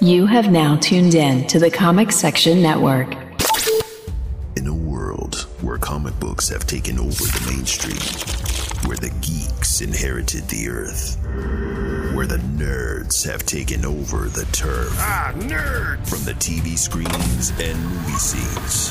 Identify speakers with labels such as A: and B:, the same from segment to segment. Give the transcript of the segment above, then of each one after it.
A: You have now tuned in to the Comic Section Network.
B: In a world where comic books have taken over the mainstream, where the geeks inherited the earth, where the nerds have taken over the turf.
C: Ah, nerds!
B: From the TV screens and movie scenes,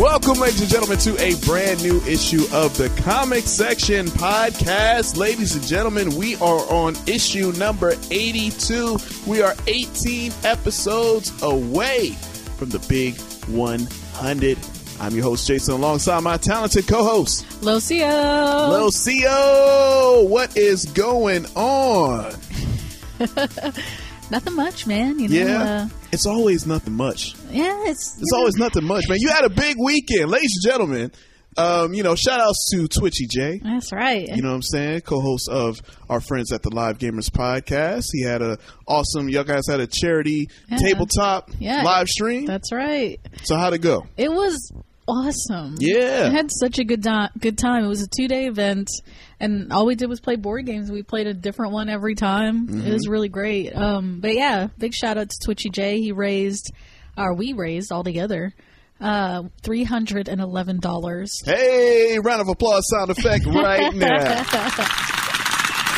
D: Welcome, ladies and gentlemen, to a brand new issue of the Comic Section Podcast. Ladies and gentlemen, we are on issue number 82. We are 18 episodes away from the big 100. I'm your host, Jason, alongside my talented co host,
E: Lucio.
D: Lil Cio. What is going on?
E: nothing much, man. You know,
D: Yeah. It's always nothing much.
E: uh, yeah, it's,
D: It's always nothing much, man. You had a big weekend, ladies and gentlemen. Um, you know, shout outs to Twitchy J.
E: that's right.
D: You know what I'm saying? Co-host of our friends at the Live Gamers podcast. He had a awesome. Y'all guys had a charity
E: Yeah.
D: tabletop
E: Yeah.
D: live stream.
E: that's right.
D: so how'd it go?
E: It was awesome.
D: Yeah.
E: I had such a good di- good time. It was a two day event, and all we did was play board games. We played a different one every time.
D: Mm-hmm.
E: It was really great. Um, but yeah, big shout out to Twitchy J. He raised, or we raised altogether, uh, three hundred and eleven dollars.
D: Hey, round of applause sound effect right now.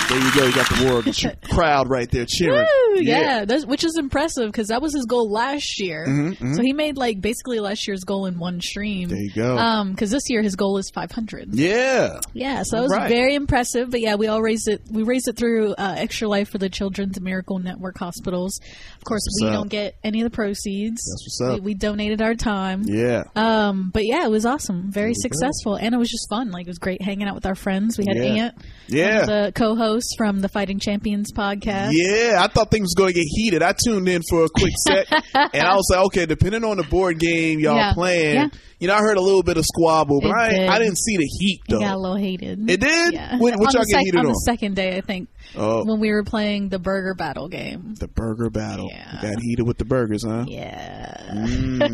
D: there you go. You got the world ch- crowd right there cheering.
E: Woo, yeah, that's, which is impressive because that was his goal last year. So he made like basically last year's goal in one stream.
D: Mm-hmm, There you go.
E: Um, because this year his goal is 500. Yeah,
D: Yeah.
E: so it was
D: Right.
E: very impressive. But yeah, we all raised it. We raised it through uh, Extra Life for the Children's Miracle Network hospitals. Of course,
D: That's
E: we
D: what's up.
E: don't get any of the proceeds.
D: That's what's up.
E: We, we donated our time.
D: Yeah.
E: Um, but yeah, it was awesome, very successful, and it was just fun. Like it was great hanging out with our friends. We had
D: Yeah.
E: Ant,
D: Yeah.
E: the co-host from the Fighting Champions podcast.
D: Yeah, I thought things were going to get heated. I tuned in for a quick set, and I was like, okay, depending on the board game y'all
E: Yeah.
D: playing,
E: Yeah.
D: you know, I heard a little bit of squabble, but
E: It
D: I,
E: did.
D: I didn't see the heat
E: It
D: though.
E: got a little hated.
D: It did?
E: Yeah.
D: What- what
E: on
D: y'all
E: the
D: get heated
E: on
D: on?
E: the second day, I think,
D: Oh.
E: when we were playing the burger battle game.
D: the burger battle
E: Yeah.
D: got heated with the burgers, huh?
E: Yeah.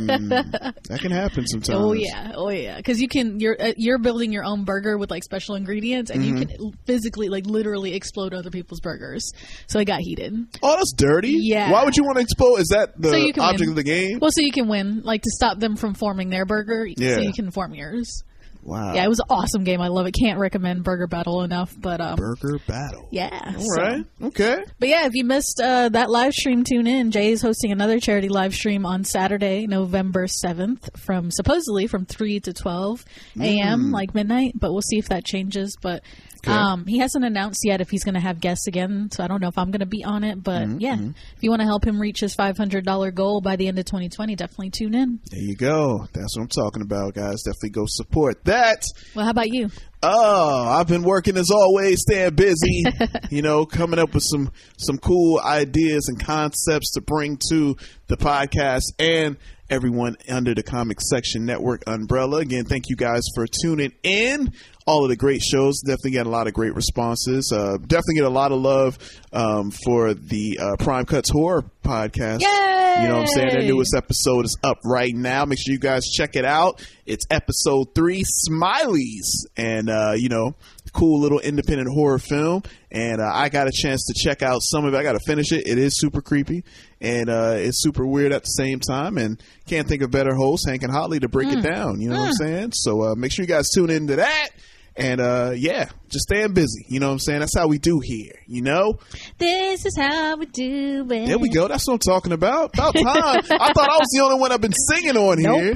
D: That can happen sometimes.
E: Oh yeah. Oh yeah. Because you can you're uh, you're building your own burger with like special ingredients, and
D: Mm-hmm.
E: you can physically like literally explode other people's burgers. So it got heated.
D: Oh, that's dirty.
E: Yeah.
D: Why would you want to expose? Is that the
E: so you can
D: object
E: win.
D: of the game?
E: Well, so you can win, like to stop them from forming their burger.
D: Yeah. Uh.
E: So you can form yours.
D: Wow.
E: Yeah, it was an awesome game. I love it. Can't recommend Burger Battle enough. But um,
D: burger battle.
E: yeah.
D: All
E: so-
D: right. Okay.
E: But yeah, if you missed uh, that live stream, tune in. Jay is hosting another charity live stream on Saturday, November seventh, from supposedly from three to twelve a.m. like midnight. But we'll see if that changes. But um, he hasn't announced yet if he's going to have guests again. So I don't know if I'm going to be on it. But yeah, if you want to help him reach his five hundred dollar goal by the end of twenty twenty, definitely tune in.
D: There you go. That's what I'm talking about, guys. Definitely go support that.
E: Well, how about you?
D: Oh, I've been working as always, staying busy. you know, coming up with some some cool ideas and concepts to bring to the podcast and everyone under the Comic Section Network umbrella. Again, thank you guys for tuning in. All of the great shows definitely get a lot of great responses. Uh, definitely get a lot of love um, for the uh, Prime Cuts Horror podcast. You know what I'm saying? Their
E: Yay!
D: newest this episode is up right now. Make sure you guys check it out. It's episode three, Smileys, and uh, you know, cool little independent horror film. And uh, I got a chance to check out some of it. I got to finish it. It is super creepy and uh, it's super weird at the same time. And can't think of better hosts, Hank and Hotley, to break it down. You know what I'm saying? So uh, make sure you guys tune into that. And uh, yeah, just staying busy. You know what I'm saying? That's how we do here. You know.
E: This is how we do it.
D: There we go. That's what I'm talking about. About time. I thought I was the only one I've been singing on here.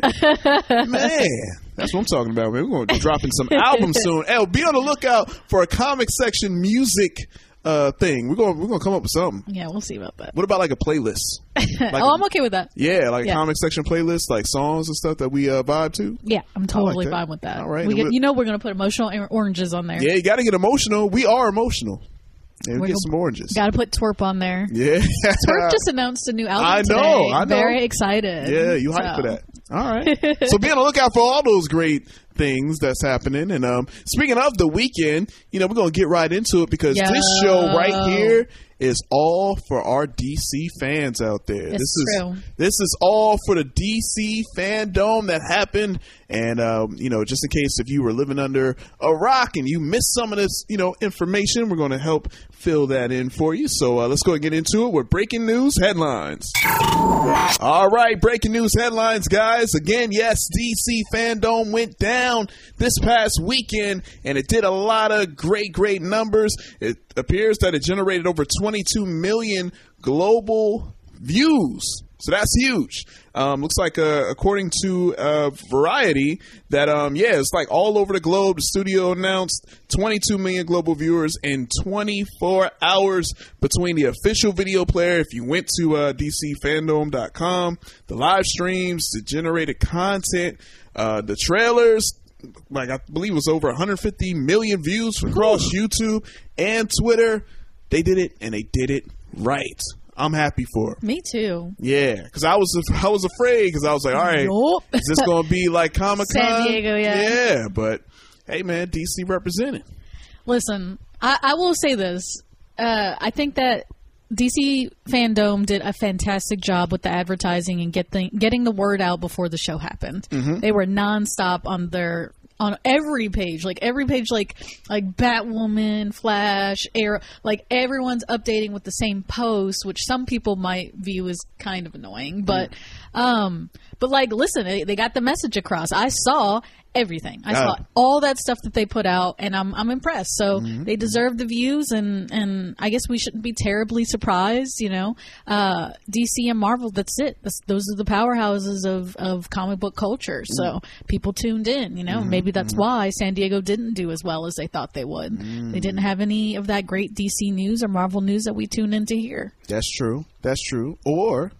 D: Man, that's what I'm talking about, man. We're going to be dropping some albums soon. L, be on the lookout for a comic section music uh, thing. We're going to we're going to come up with something.
E: Yeah, we'll see about that.
D: What about like a playlist? Like
E: oh,
D: a-
E: I'm okay with that.
D: yeah, like
E: Yeah.
D: a comic section playlist, like songs and stuff that we uh, vibe to.
E: Yeah, I'm totally
D: that.
E: fine with that.
D: All right,
E: We
D: and
E: get,
D: we'll-
E: you know we're gonna put emotional or- oranges on there.
D: Yeah, you got to get emotional. We are emotional. And
E: We're
D: get
E: gonna-
D: some oranges.
E: Got to put twerp on there.
D: yeah.
E: Twerp just announced a new album.
D: I know,
E: today.
D: I know.
E: Very excited.
D: Yeah, you hype
E: So,
D: for that. All right. so be on the lookout for all those great things that's happening. And um, speaking of the weekend, you know, we're going to get right into it because this
E: Yo.
D: show right here is all for our DC fans out there.
E: It's
D: this is
E: true.
D: this is all for the DC fandom that happened. And um, you know, just in case if you were living under a rock and you missed some of this, you know, information, we're going to help fill that in for you. So uh, let's go and get into it with breaking news headlines. All right, breaking news headlines, guys. Again, yes, DC fandom went down this past weekend, and it did a lot of great, great numbers. It appears that it generated over 22 million global views. So that's huge. Um, looks like, uh, according to uh, Variety, that um, yeah, it's like all over the globe. The studio announced 22 million global viewers in 24 hours between the official video player. If you went to uh, DCFandom.com, the live streams, the generated content, uh, the trailers. Like I believe it was over 150 million views across YouTube and Twitter. They did it, and they did it right. I'm happy for 'em.
E: Me too.
D: Yeah, because I was I was afraid because I was like, all right,
E: Nope.
D: is this going to be like Comic Con?
E: San Diego, yeah.
D: Yeah, but hey, man, DC represented.
E: Listen, I, I will say this. Uh, I think that DC fandom did a fantastic job with the advertising and get the, getting the word out before the show happened. They were nonstop on their on every page, like every page, like like Batwoman, Flash, Arrow, like everyone's updating with the same post, which some people might view as kind of annoying, but um, but like, listen, they, they got the message across. I saw everything. I saw
D: Yeah.
E: all that stuff that they put out, and I'm I'm impressed. So
D: Mm-hmm.
E: they deserve the views, and and I guess we shouldn't be terribly surprised. You know, uh, DC and Marvel. That's it. That's, those are the powerhouses of of comic book culture. So
D: Mm-hmm.
E: people tuned in. You know, maybe that's why San Diego didn't do as well as they thought they would.
D: Mm-hmm.
E: They didn't have any of that great DC news or Marvel news that we tune into here.
D: That's true. That's true. Or,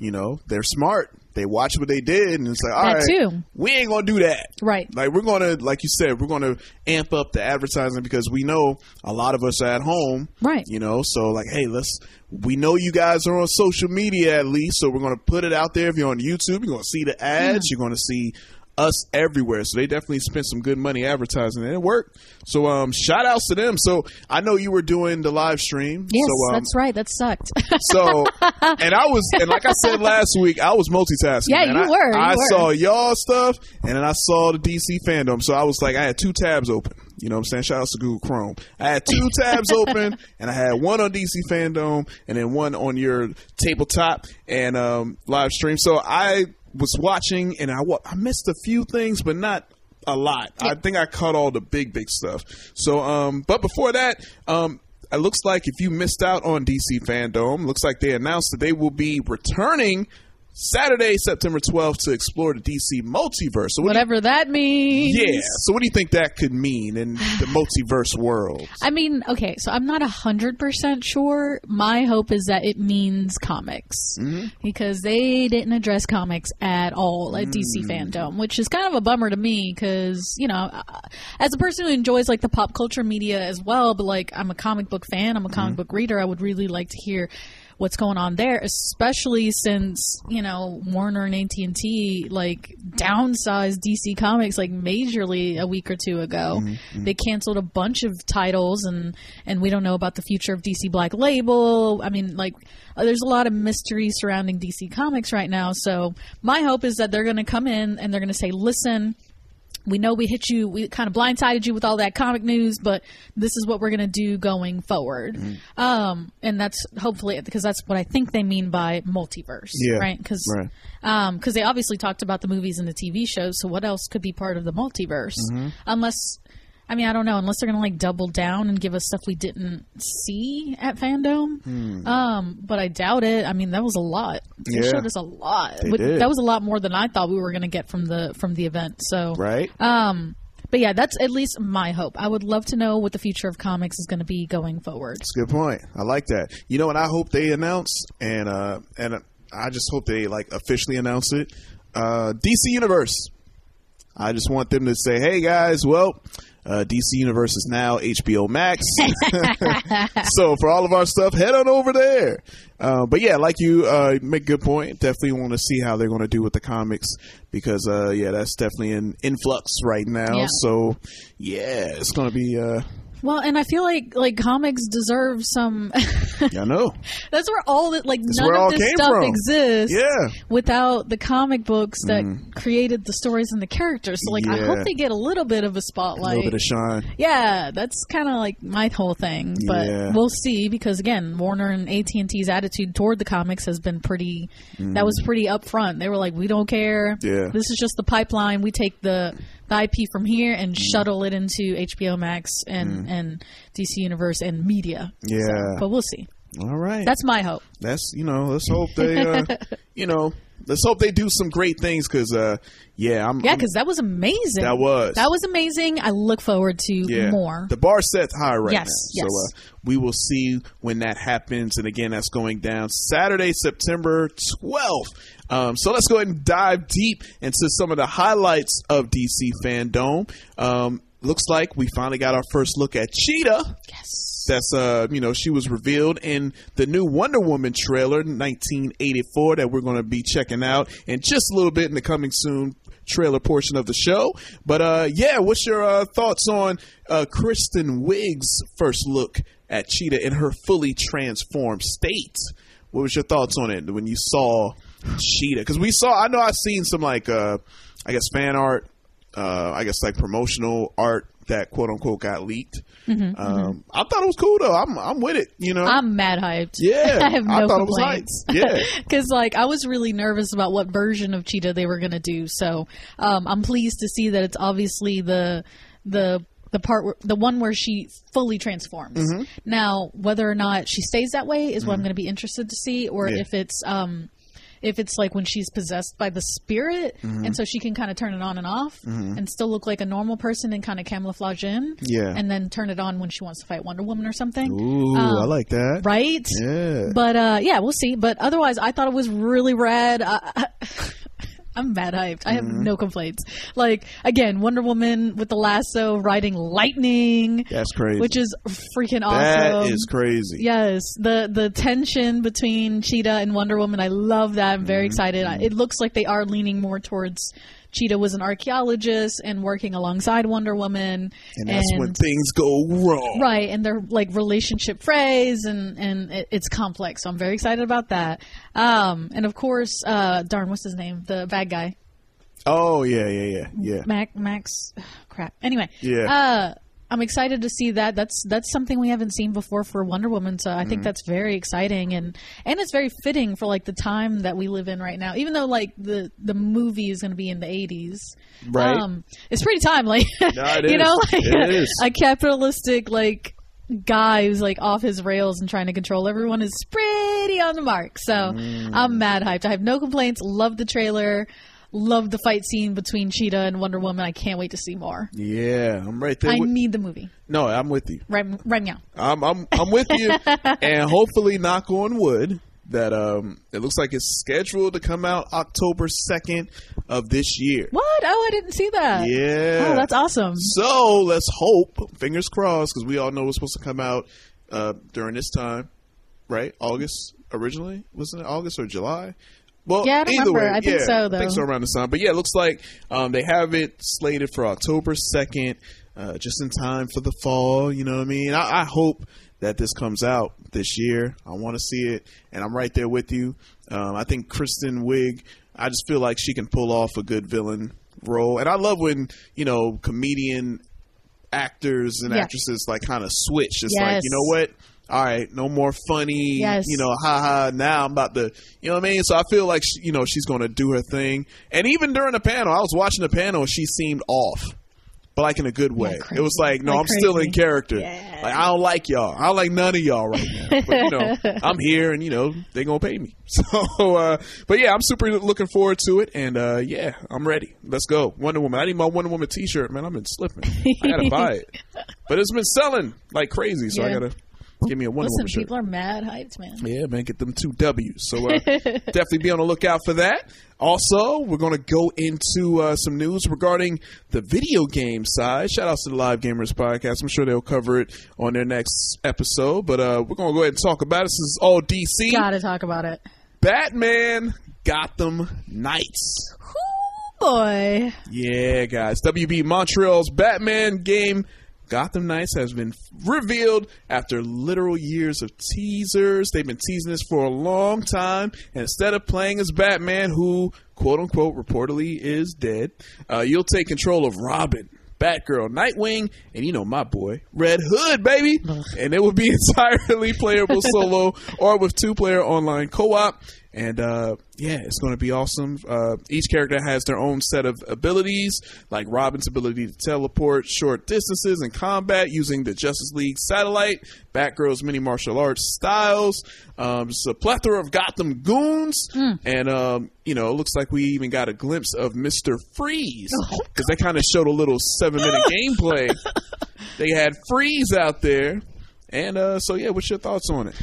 D: you know, they're smart. They watch what they did, and it's like, all
E: That
D: right,
E: too.
D: we ain't gonna do that.
E: Right.
D: Like we're gonna, like you said, we're gonna amp up the advertising because we know a lot of us are at home.
E: Right.
D: You know, so like, hey, let's. We know you guys are on social media at least, so we're gonna put it out there. If you're on YouTube, you're gonna see the ads. You're gonna see us everywhere. So they definitely spent some good money advertising, and it worked. So um, shout outs to them. So I know you were doing the live stream.
E: Yes,
D: so, um,
E: that's right. That sucked.
D: so, and I was, and like I said last week, I was multitasking.
E: Yeah,
D: man.
E: you
D: I,
E: were, you
D: I
E: were.
D: saw y'all stuff, and then I saw the DC fandom. So I was like, I had two tabs open. You know what I'm saying? Shout out to Google Chrome. I had two tabs open, and I had one on DC fandom, and then one on your tabletop and um, live stream. So I was watching, and I wa- I missed a few things, but not a lot. I think I caught all the big, big stuff. So, um, but before that, um, it looks like if you missed out on DC Fandom, looks like they announced that they will be returning Saturday, September 12th to explore the DC multiverse. So, what do you-
E: Whatever that means.
D: yeah. So, what do you think that could mean in the multiverse world?
E: I mean, okay, so I'm not 100% sure. My hope is that it means comics because they didn't address comics at all at DC Fandom, which is kind of a bummer to me because, you know, I- as a person who enjoys like the pop culture media as well, but like I'm a comic book fan, I'm a comic book reader, I would really like to hear what's going on there especially since you know warner and at&t like downsized dc comics like majorly a week or two ago they canceled a bunch of titles and and we don't know about the future of dc black label i mean like uh, there's a lot of mystery surrounding dc comics right now so my hope is that they're going to come in and they're going to say listen we know we hit you we kind of blindsided you with all that comic news but this is what we're going to do going forward
D: Mm-hmm.
E: um, and that's hopefully because that's what i think they mean by multiverse
D: Yeah,
E: right because
D: right.
E: they obviously talked about the movies and the tv shows so what else could be part of the multiverse
D: Mm-hmm.
E: unless i mean i don't know unless they're going to like double down and give us stuff we didn't see at fandom um, but i doubt it i mean that was a lot they
D: Hmm. Yeah.
E: showed us a lot Which-
D: did.
E: that was a lot more than i thought we were going to get from the from the event so
D: Right?
E: but yeah, that's at least my hope. I would love to know what the future of comics is going to be going forward.
D: That's a good point. I like that. You know what I hope they announce, and uh, and I just hope they like officially announce it. Uh, DC Universe. I just want them to say, "Hey guys, well, uh, DC Universe is now HBO Max." so for all of our stuff, head on over there. Uh, but yeah, like you uh, make a good point. Definitely want to see how they're going to do with the comics because uh, yeah, that's definitely in influx right now.
E: Yeah.
D: So yeah, it's going to be. Uh,
E: Well, and I feel like like comics deserve some.
D: I know.
E: That's where all that like
D: where
E: none
D: it all
E: of this
D: came
E: stuff
D: from.
E: exists.
D: Yeah. Mm.
E: Without the comic books that created the stories and the characters, so like I
D: Yeah.
E: hope they get a little bit of a
D: A
E: spotlight.
D: little bit of shine.
E: yeah, that's kind of like my whole thing, but
D: Yeah.
E: we'll see because again, Warner and AT and T's attitude toward the comics has been pretty. That was pretty upfront. They were like, "We don't care.
D: Yeah.
E: This is just the pipeline. We take the, the IP from here
D: Mm.
E: and shuttle it into HBO Max and and DC Universe and media. So,
D: Yeah.
E: but we'll see.
D: All right.
E: That's my hope.
D: that's you know let's hope they uh, you know let's hope they do some great things because uh yeah i'm
E: Yeah,
D: I'm-
E: because that was amazing.
D: That was.
E: that was amazing. I look forward to
D: yeah.
E: more.
D: the bar set's high right
E: Yes,
D: now
E: yes.
D: so uh, we will see when that happens and again that's going down saturday september 12th um, so let's go ahead and dive deep into some of the highlights of dc fandom um, looks like we finally got our first look at cheetah
E: yes.
D: that's uh you know she was revealed in the new wonder woman trailer 1984 that we're going to be checking out and just a little bit in the coming soon trailer portion of the show but uh yeah what's your uh, thoughts on uh kristen wiig's first look at cheetah in her fully transformed state what was your thoughts on it when you saw cheetah because we saw i know i've seen some like uh i guess fan art uh, I guess like promotional art that quote unquote got leaked.
E: Mm-hmm,
D: um, I thought it was cool though. I'm I'm with it. You know.
E: I'm mad hyped.
D: yeah.
E: I have no
D: thought
E: complaints.
D: it was nice. Yeah.
E: Because like I was really nervous about what version of Cheetah they were gonna do, so um, I'm pleased to see that it's obviously the the the part where, the one where she fully transforms.
D: Mm-hmm.
E: Now, whether or not she stays that way is what I'm gonna be interested to see, or
D: Yeah.
E: if it's um, if it's like when she's possessed by the spirit,
D: Mm-hmm.
E: and so she can kind of turn it on and off, and still look like a normal person and kind of camouflage in,
D: Yeah.
E: and then turn it on when she wants to fight Wonder Woman or something,
D: Ooh,
E: Um,
D: I like that.
E: right?
D: Yeah.
E: But uh, yeah, we'll see. But otherwise, I thought it was really rad. I, I'm mad hyped. I have
D: Mm-hmm.
E: no complaints. Like again, Wonder Woman with the lasso riding lightning.
D: That's crazy.
E: Which is freaking
D: That
E: awesome.
D: is crazy.
E: Yes, the the tension between Cheetah and Wonder Woman. I love that. I'm
D: Mm-hmm.
E: very excited. I, it looks like they are leaning more towards. Cheetah was an archaeologist and working alongside Wonder Woman,
D: And that's when things go wrong.
E: Right, and their like relationship phrase, and and it, it's complex. So I'm very excited about that. Um, and of course, uh, darn, what's his name? The bad guy,
D: Oh yeah, yeah, yeah, yeah.
E: Mac Max. Crap. Anyway,
D: Yeah.
E: Uh, I'm excited to see that. That's that's something we haven't seen before for Wonder Woman. So I
D: Mm-hmm.
E: think that's very exciting, and and it's very fitting for like the time that we live in right now. Even though like the the movie is going to be in the 80s,
D: Right.
E: it's pretty timely.
D: it
E: you
D: is.
E: know, like
D: It is.
E: a capitalistic like guy who's like off his rails and trying to control everyone is pretty on the mark. So
D: Mm.
E: I'm mad hyped. I have no complaints. Love the trailer. Love the fight scene between Cheetah and Wonder Woman. I can't wait to see more.
D: Yeah, I'm right there.
E: I
D: with-
E: need the movie
D: no, I'm with you.
E: right right now.
D: I'm I'm I'm with you, and hopefully, knock on wood, that um, it looks like it's scheduled to come out October second of this year.
E: What? Oh, I didn't see that.
D: Yeah.
E: Oh, that's awesome.
D: So let's hope, fingers crossed, because we all know it's supposed to come out uh, during this time, right? August originally wasn't it August or July? Well,
E: Yeah, I don't
D: either
E: remember.
D: way,
E: I think
D: yeah,
E: so,
D: I
E: though.
D: think so around this time. But yeah, it looks like um, they have it slated for October second, uh, just in time for the fall. You know what I mean? I, I hope that this comes out this year. I want to see it, and I'm right there with you. Um, I think Kristen Wiig. I just feel like she can pull off a good villain role, and I love when you know comedian actors and
E: Yeah.
D: actresses like kind of switch. It's like
E: Yes.
D: you know what. All right, no more funny.
E: Yes.
D: You know, ha ha. Now I'm about to, you know what I mean? So I feel like, she, you know, she's going to do her thing. And even during the panel, I was watching the panel, she seemed off, but like in a good way.
E: crazy.
D: it was like, no,
E: Like
D: I'm still
E: crazy.
D: in character.
E: Yeah.
D: Like, I don't like y'all. I don't like none of y'all right now. But, you know, I'm here and, you know, they going to pay me. So, uh, but yeah, I'm super looking forward to it. And, uh, yeah, I'm ready. Let's go. Wonder Woman. I need my Wonder Woman t shirt, man. I've been slipping. I got to buy it. But it's been selling like crazy. So I
E: Yeah.
D: got to. Give me a Wonder
E: Listen,
D: Woman shirt.
E: people are mad hyped, man.
D: Yeah, man, get them two W's. So uh, definitely be on the lookout for that. Also, we're going to go into uh, some news regarding the video game side. Shout outs to the Live Gamers podcast. I'm sure they'll cover it on their next episode, but uh, we're going to go ahead and talk about it. This is all DC.
E: Gotta talk about it.
D: Batman Gotham Knights.
E: Ooh, boy.
D: Yeah, guys. WB Montreal's Batman game Gotham Knights has been revealed after literal years of teasers. They've been teasing this for a long time. And instead of playing as Batman, who, quote unquote, reportedly is dead, uh, you'll take control of Robin. Batgirl, Nightwing, and you know my boy, Red Hood, baby. And it will be entirely playable solo or with two player online co op. And uh, yeah, it's going to be awesome. Uh, each character has their own set of abilities, like Robin's ability to teleport short distances in combat using the Justice League satellite, Batgirl's mini martial arts styles. Um, just a plethora of Gotham goons.
E: Hmm.
D: And, um, you know, it looks like we even got a glimpse of Mr. Freeze because they kind of showed a little seven minute gameplay. They had Freeze out there. And uh, so, yeah, what's your thoughts on it?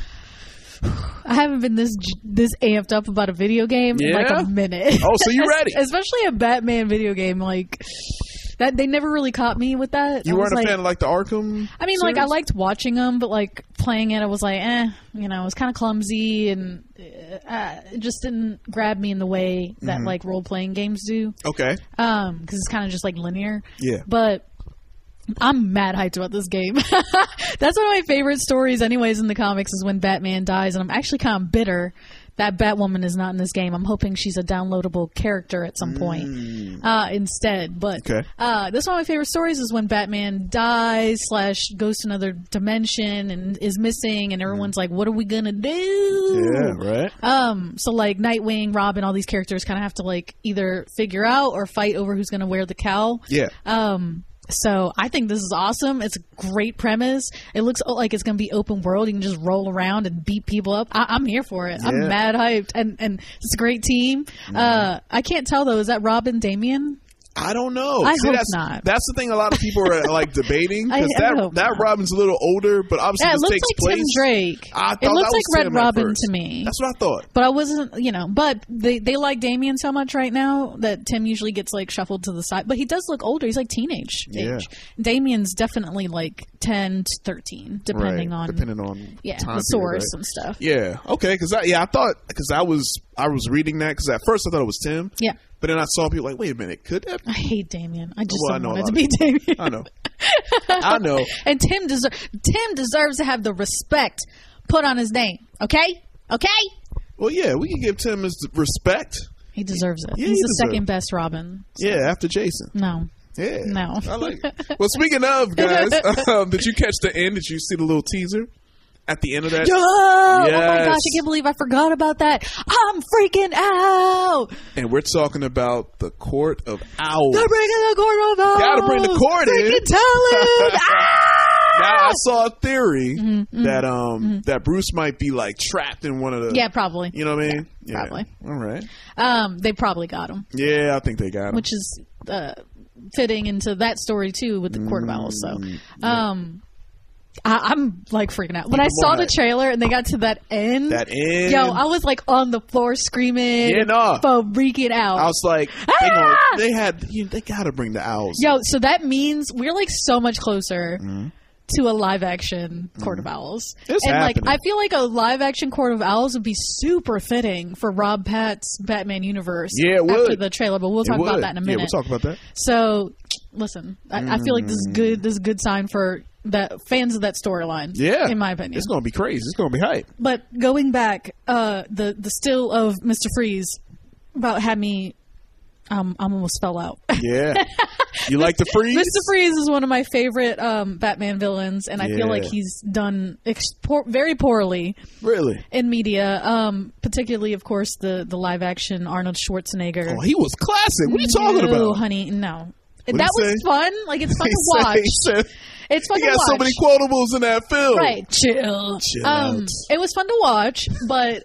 E: I haven't been this j- this amped up about a video game in like
D: Yeah?
E: a minute.
D: Oh, so you
E: Es-
D: ready.
E: Especially a Batman video game like that. They never really caught me with that.
D: You
E: I was
D: weren't a
E: like-
D: fan of like the Arkham?
E: I mean, like I
D: series?
E: liked watching them, but like playing it, I was like, eh, you know, it was kind of clumsy and uh, it just didn't grab me in the way that
D: Mm-hmm.
E: like role playing games do,
D: Okay.
E: because Um, it's kind of just like linear.
D: Yeah.
E: But I'm mad hyped about this game. That's one of my favorite stories, anyways, in the comics is when Batman dies, and I'm actually kind of bitter that Batwoman is not in this game. I'm hoping she's a downloadable character at some point uh, instead. But
D: Mm. Okay.
E: uh, that's one of my favorite stories is when Batman dies slash goes to another dimension and is missing, and everyone's
D: Mm.
E: like, "What are we gonna do?"
D: right.
E: Um, so like Nightwing, Robin, all these characters kind of have to like either figure out or fight over who's gonna wear the cowl.
D: yeah.
E: Um, so I think this is awesome. It's a great premise. It looks o- like it's going to be open world. You can just roll around and beat people up. I- I'm here for it.
D: Yeah. Mm-hmm.
E: I'm mad hyped, and and it's a great team. Uh, I can't tell though. Is that Robin Damien?
D: I don't know.
E: I hope
D: that's,
E: not.
D: That's the thing. A lot of people are like debating
E: I- I
D: because that
E: hope
D: that
E: not.
D: Robin's a little older, but obviously
E: Yeah, it
D: this
E: looks
D: takes
E: like
D: place.
E: Tim Drake.
D: I
E: it
D: thought
E: looks
D: that was
E: like Red
D: Tim at
E: Robin
D: first.
E: to me.
D: That's what I thought.
E: but I wasn't, you know. But they they like Damien so much right now that Tim usually gets like shuffled to the side. But he does look older. He's like teenage
D: Yeah.
E: age. Damien's definitely like ten to thirteen, depending on
D: depending on
E: yeah
D: time
E: the
D: period,
E: source
D: right?
E: and stuff.
D: Yeah. Okay. Because I yeah I thought because I was I was reading that because at first I thought it was Tim.
E: Yeah.
D: But then I saw people like wait a minute could that
E: I hate Damien. I just
D: Well, I
E: don't
D: know
E: want
D: a
E: it to
D: lot
E: be
D: of
E: Damien.
D: I know I know
E: And Tim deser- Tim deserves to have the respect put on his name. Okay? Okay?
D: well yeah we can give Tim his respect
E: He deserves it.
D: Yeah,
E: He's
D: he
E: the
D: deserves
E: second
D: it.
E: best Robin.
D: yeah after Jason
E: No.
D: yeah
E: No.
D: I like it. well speaking of guys um, did you catch the end did you see the little teaser at the end of that
E: Yo! Oh my
D: Yes.
E: gosh, I can't believe I forgot about that. I'm freaking out.
D: And we're talking about the Court of Owls.
E: They're bringing the court of
D: Gotta bring the court in.
E: freaking Talon. ah!
D: Now I saw a theory
E: Mm-hmm,
D: that um that Bruce might be like trapped in one of the
E: Yeah, probably.
D: you know what I mean Yeah.
E: probably.
D: all right
E: Um, they probably got him,
D: yeah I think they got him
E: which is uh, fitting into that story too with the court of owls. So,
D: Mm,
E: um, I, I'm like freaking out when I saw the
D: hype.
E: trailer and they got to that end.
D: that end
E: Yo, I was like on the floor screaming,
D: Yeah, nah.
E: freaking out.
D: I was like they,
E: Ah!
D: gonna, they had you, they gotta bring the owls
E: Yo, so that means we're like so much closer to a live action Court of Owls.
D: Mm-hmm. It's
E: and
D: happening.
E: like I feel like a live action Court of Owls would be super fitting for Rob Pat's Batman universe
D: Yeah, it
E: after
D: would.
E: the trailer, but we'll
D: It
E: talk about
D: would.
E: that in a
D: yeah
E: minute.
D: we'll talk about that
E: So, listen, I, I feel like this is good. This is a good sign for the fans of that storyline.
D: yeah
E: in my opinion.
D: it's gonna be crazy it's gonna be hype
E: but going back, uh, the the still of Mister Freeze about had me. Um, I almost fell out.
D: yeah you like the freeze
E: Mister Freeze is one of my favorite um, Batman villains, and I
D: Yeah.
E: feel like he's done ex- poor, very poorly
D: really
E: in media. Um, particularly, of course, the the live action Arnold Schwarzenegger.
D: oh he was classic what are you talking
E: No,
D: about
E: honey, no.
D: What'd
E: that
D: he
E: was
D: say?
E: fun. Like it's fun
D: He
E: to
D: said-
E: watch.
D: he said-
E: It's fun
D: he
E: to
D: got
E: watch.
D: so many quotables in that film
E: Right, chill.
D: Chill out.
E: um, it was fun to watch, but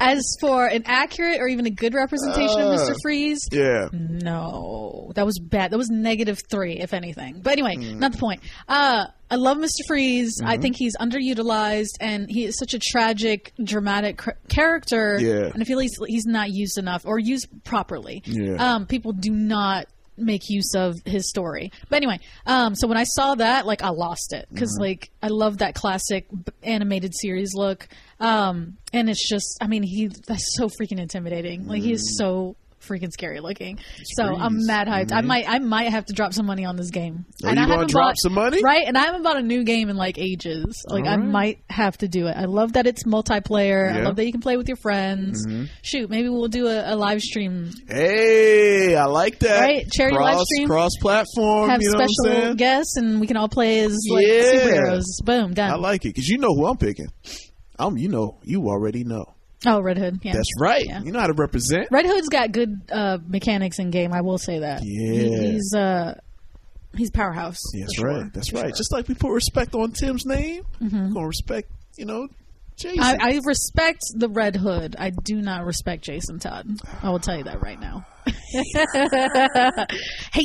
E: as for an accurate or even a good representation of Mister Freeze,
D: yeah
E: no, that was bad. That was negative three, if anything. But anyway, not the point. Uh, I love Mr. Freeze. I think he's underutilized, and he is such a tragic, dramatic cr- character.
D: Yeah.
E: And I feel he's he's not used enough or used properly.
D: Yeah.
E: Um, people do not make use of his story. But anyway, um, so when I saw that, like I lost it because
D: Mm-hmm.
E: like I love that classic b- animated series look. Um, and it's just, I mean, he that's so freaking intimidating. Like he
D: Mm-hmm.
E: is so freaking scary looking. so I'm
D: Freeze.
E: mad hyped. I might I might have to drop some money on this game.
D: Mm-hmm. Are you
E: I
D: gonna
E: haven't
D: drop some money?
E: Right, and I haven't bought a new game in like ages. Like I might have to do it. I love that it's multiplayer. I
D: Yeah. Mm-hmm.
E: love that you can play with your friends. Shoot, maybe we'll do a, a live stream.
D: Hey, I like that.
E: Right, charity live
D: cross,
E: stream.
D: cross platform.
E: Have
D: Oh, you know what I'm
E: special
D: saying?
E: guests, and we can all play as like
D: Yeah.
E: superheroes. Boom, done.
D: I like it because you know who I'm picking. I'm, you know, you already know.
E: oh, Red Hood. Yeah,
D: That's right.
E: Yeah.
D: You know how to represent.
E: Red Hood's got good uh, mechanics in game. I will say that.
D: Yeah.
E: He- he's uh, he's powerhouse.
D: That's
E: for sure.
D: right. That's right. Just like we put respect on Tim's name, we're gonna respect, you know, Jason.
E: Mm-hmm. I, I respect the Red Hood. I do not respect Jason Todd. I will tell you that right now. hate,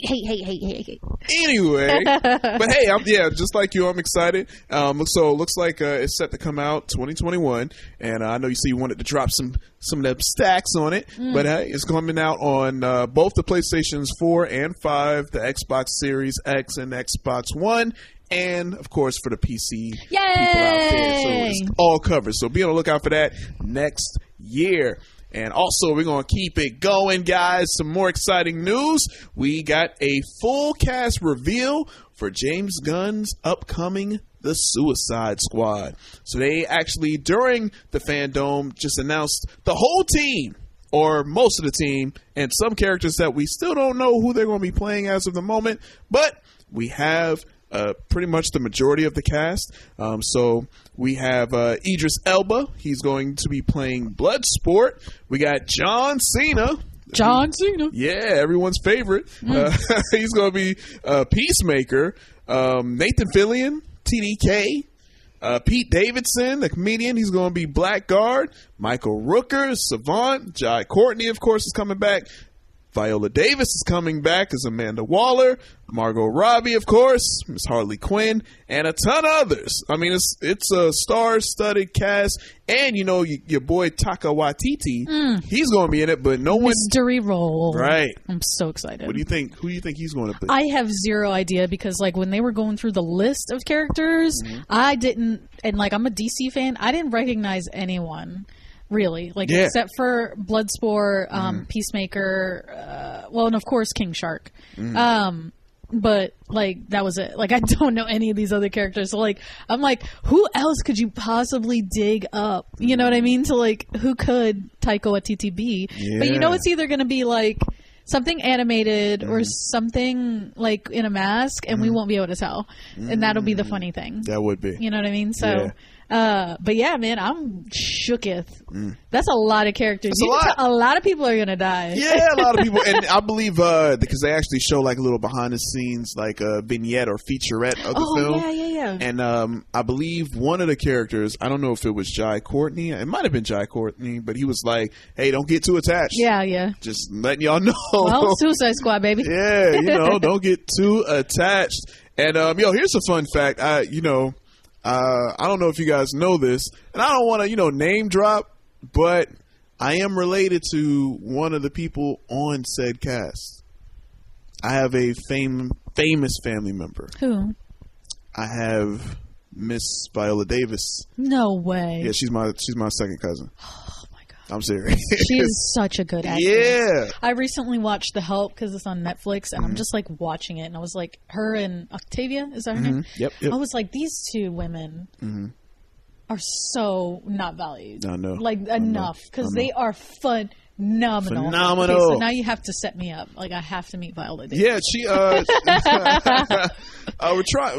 E: hate, hate, hate, hate, hate.
D: anyway, but hey, I'm yeah, just like you, I'm excited. Um, so it looks like uh, it's set to come out 2021, and uh, I know you see you wanted to drop some some of them stacks on it, but hey, it's coming out on uh, both the PlayStations 4 and 5, the Xbox Series X and Xbox One. And of course, for the PC people out there, so it's
E: Yay!
D: all covered. So be on the lookout for that next year. And also, we're going to keep it going, guys. Some more exciting news. We got a full cast reveal for James Gunn's upcoming The Suicide Squad. So they actually, during the fandom, just announced the whole team or most of the team and some characters that we still don't know who they're going to be playing as of the moment, but we have uh, pretty much the majority of the cast. Um, so we have uh, Idris Elba. He's going to be playing Bloodsport. We got John Cena.
E: John Cena.
D: Yeah, everyone's favorite. Uh, he's going to be uh, Peacemaker. Um, Nathan Fillion, TDK. Uh, Pete Davidson, the comedian, he's going to be Blackguard. Michael Rooker, Savant. Jai Courtney, of course, is coming back. Viola Davis is coming back as Amanda Waller, Margot Robbie, of course, Miss Harley Quinn, and a ton of others. I mean, it's it's a star-studded cast, and you know y- your boy Taka Waititi, he's going to be in it, but no one
E: Mystery role.
D: Right.
E: I'm so excited.
D: What do you think? Who do you think he's going to be?
E: I have zero idea because like when they were going through the list of characters,
D: Mm-hmm.
E: I didn't and like I'm a DC fan, I didn't recognize anyone really like
D: Yeah. Mm-hmm.
E: except for Bloodsport, um, Peacemaker, uh, well and of course King Shark.
D: Mm-hmm.
E: Um but like that was it. Like I don't know any of these other characters. So like I'm like who else could you possibly dig up? You know what
D: Mm-hmm.
E: I mean? To like who could Taiko Atiti be? But you know
D: Yeah.
E: it's either going to be like something animated
D: Mm.
E: or something like in a mask and we won't be able to tell and that'll
D: Mm.
E: be the funny thing
D: that would be.
E: you know what i mean so uh but yeah man i'm shooketh that's a lot of characters
D: Mm. a
E: you can
D: lot.
E: tell a lot of people are gonna die
D: Yeah, a lot of people, and I believe uh because they actually show like a little behind the scenes, like a vignette or featurette of the
E: Oh,
D: film.
E: yeah, yeah, yeah.
D: And um, I believe one of the characters, I don't know if it was Jai Courtney, it might have been Jai Courtney, but he was like, "Hey, don't get too attached.
E: yeah yeah
D: just letting y'all know.
E: well suicide squad baby
D: Oh. yeah, you know, don't get too attached. And um, yo, here's a fun fact. I, you know, uh, I don't know if you guys know this, and I don't want to, you know, name drop, but I am related to one of the people on said cast. I have a fame, famous family member.
E: who
D: I have Miss Viola Davis.
E: no way
D: Yeah, she's my she's my second cousin. Oh my god, I'm serious.
E: she is such a good actress
D: yeah, Mm-hmm.
E: I recently watched The Help because it's on Netflix, and I'm just like watching it, and I was like, her and Octavia is that her name?
D: Mm-hmm. Yep, yep. Mm-hmm.
E: I was like, these two women are so not valued.
D: I know.
E: Like
D: I know.
E: enough because
D: I
E: they are phenomenal.
D: Phenomenal.
E: Okay, so now you have to set me up. Like I have to meet Viola. Davis.
D: yeah. She uh, I would try.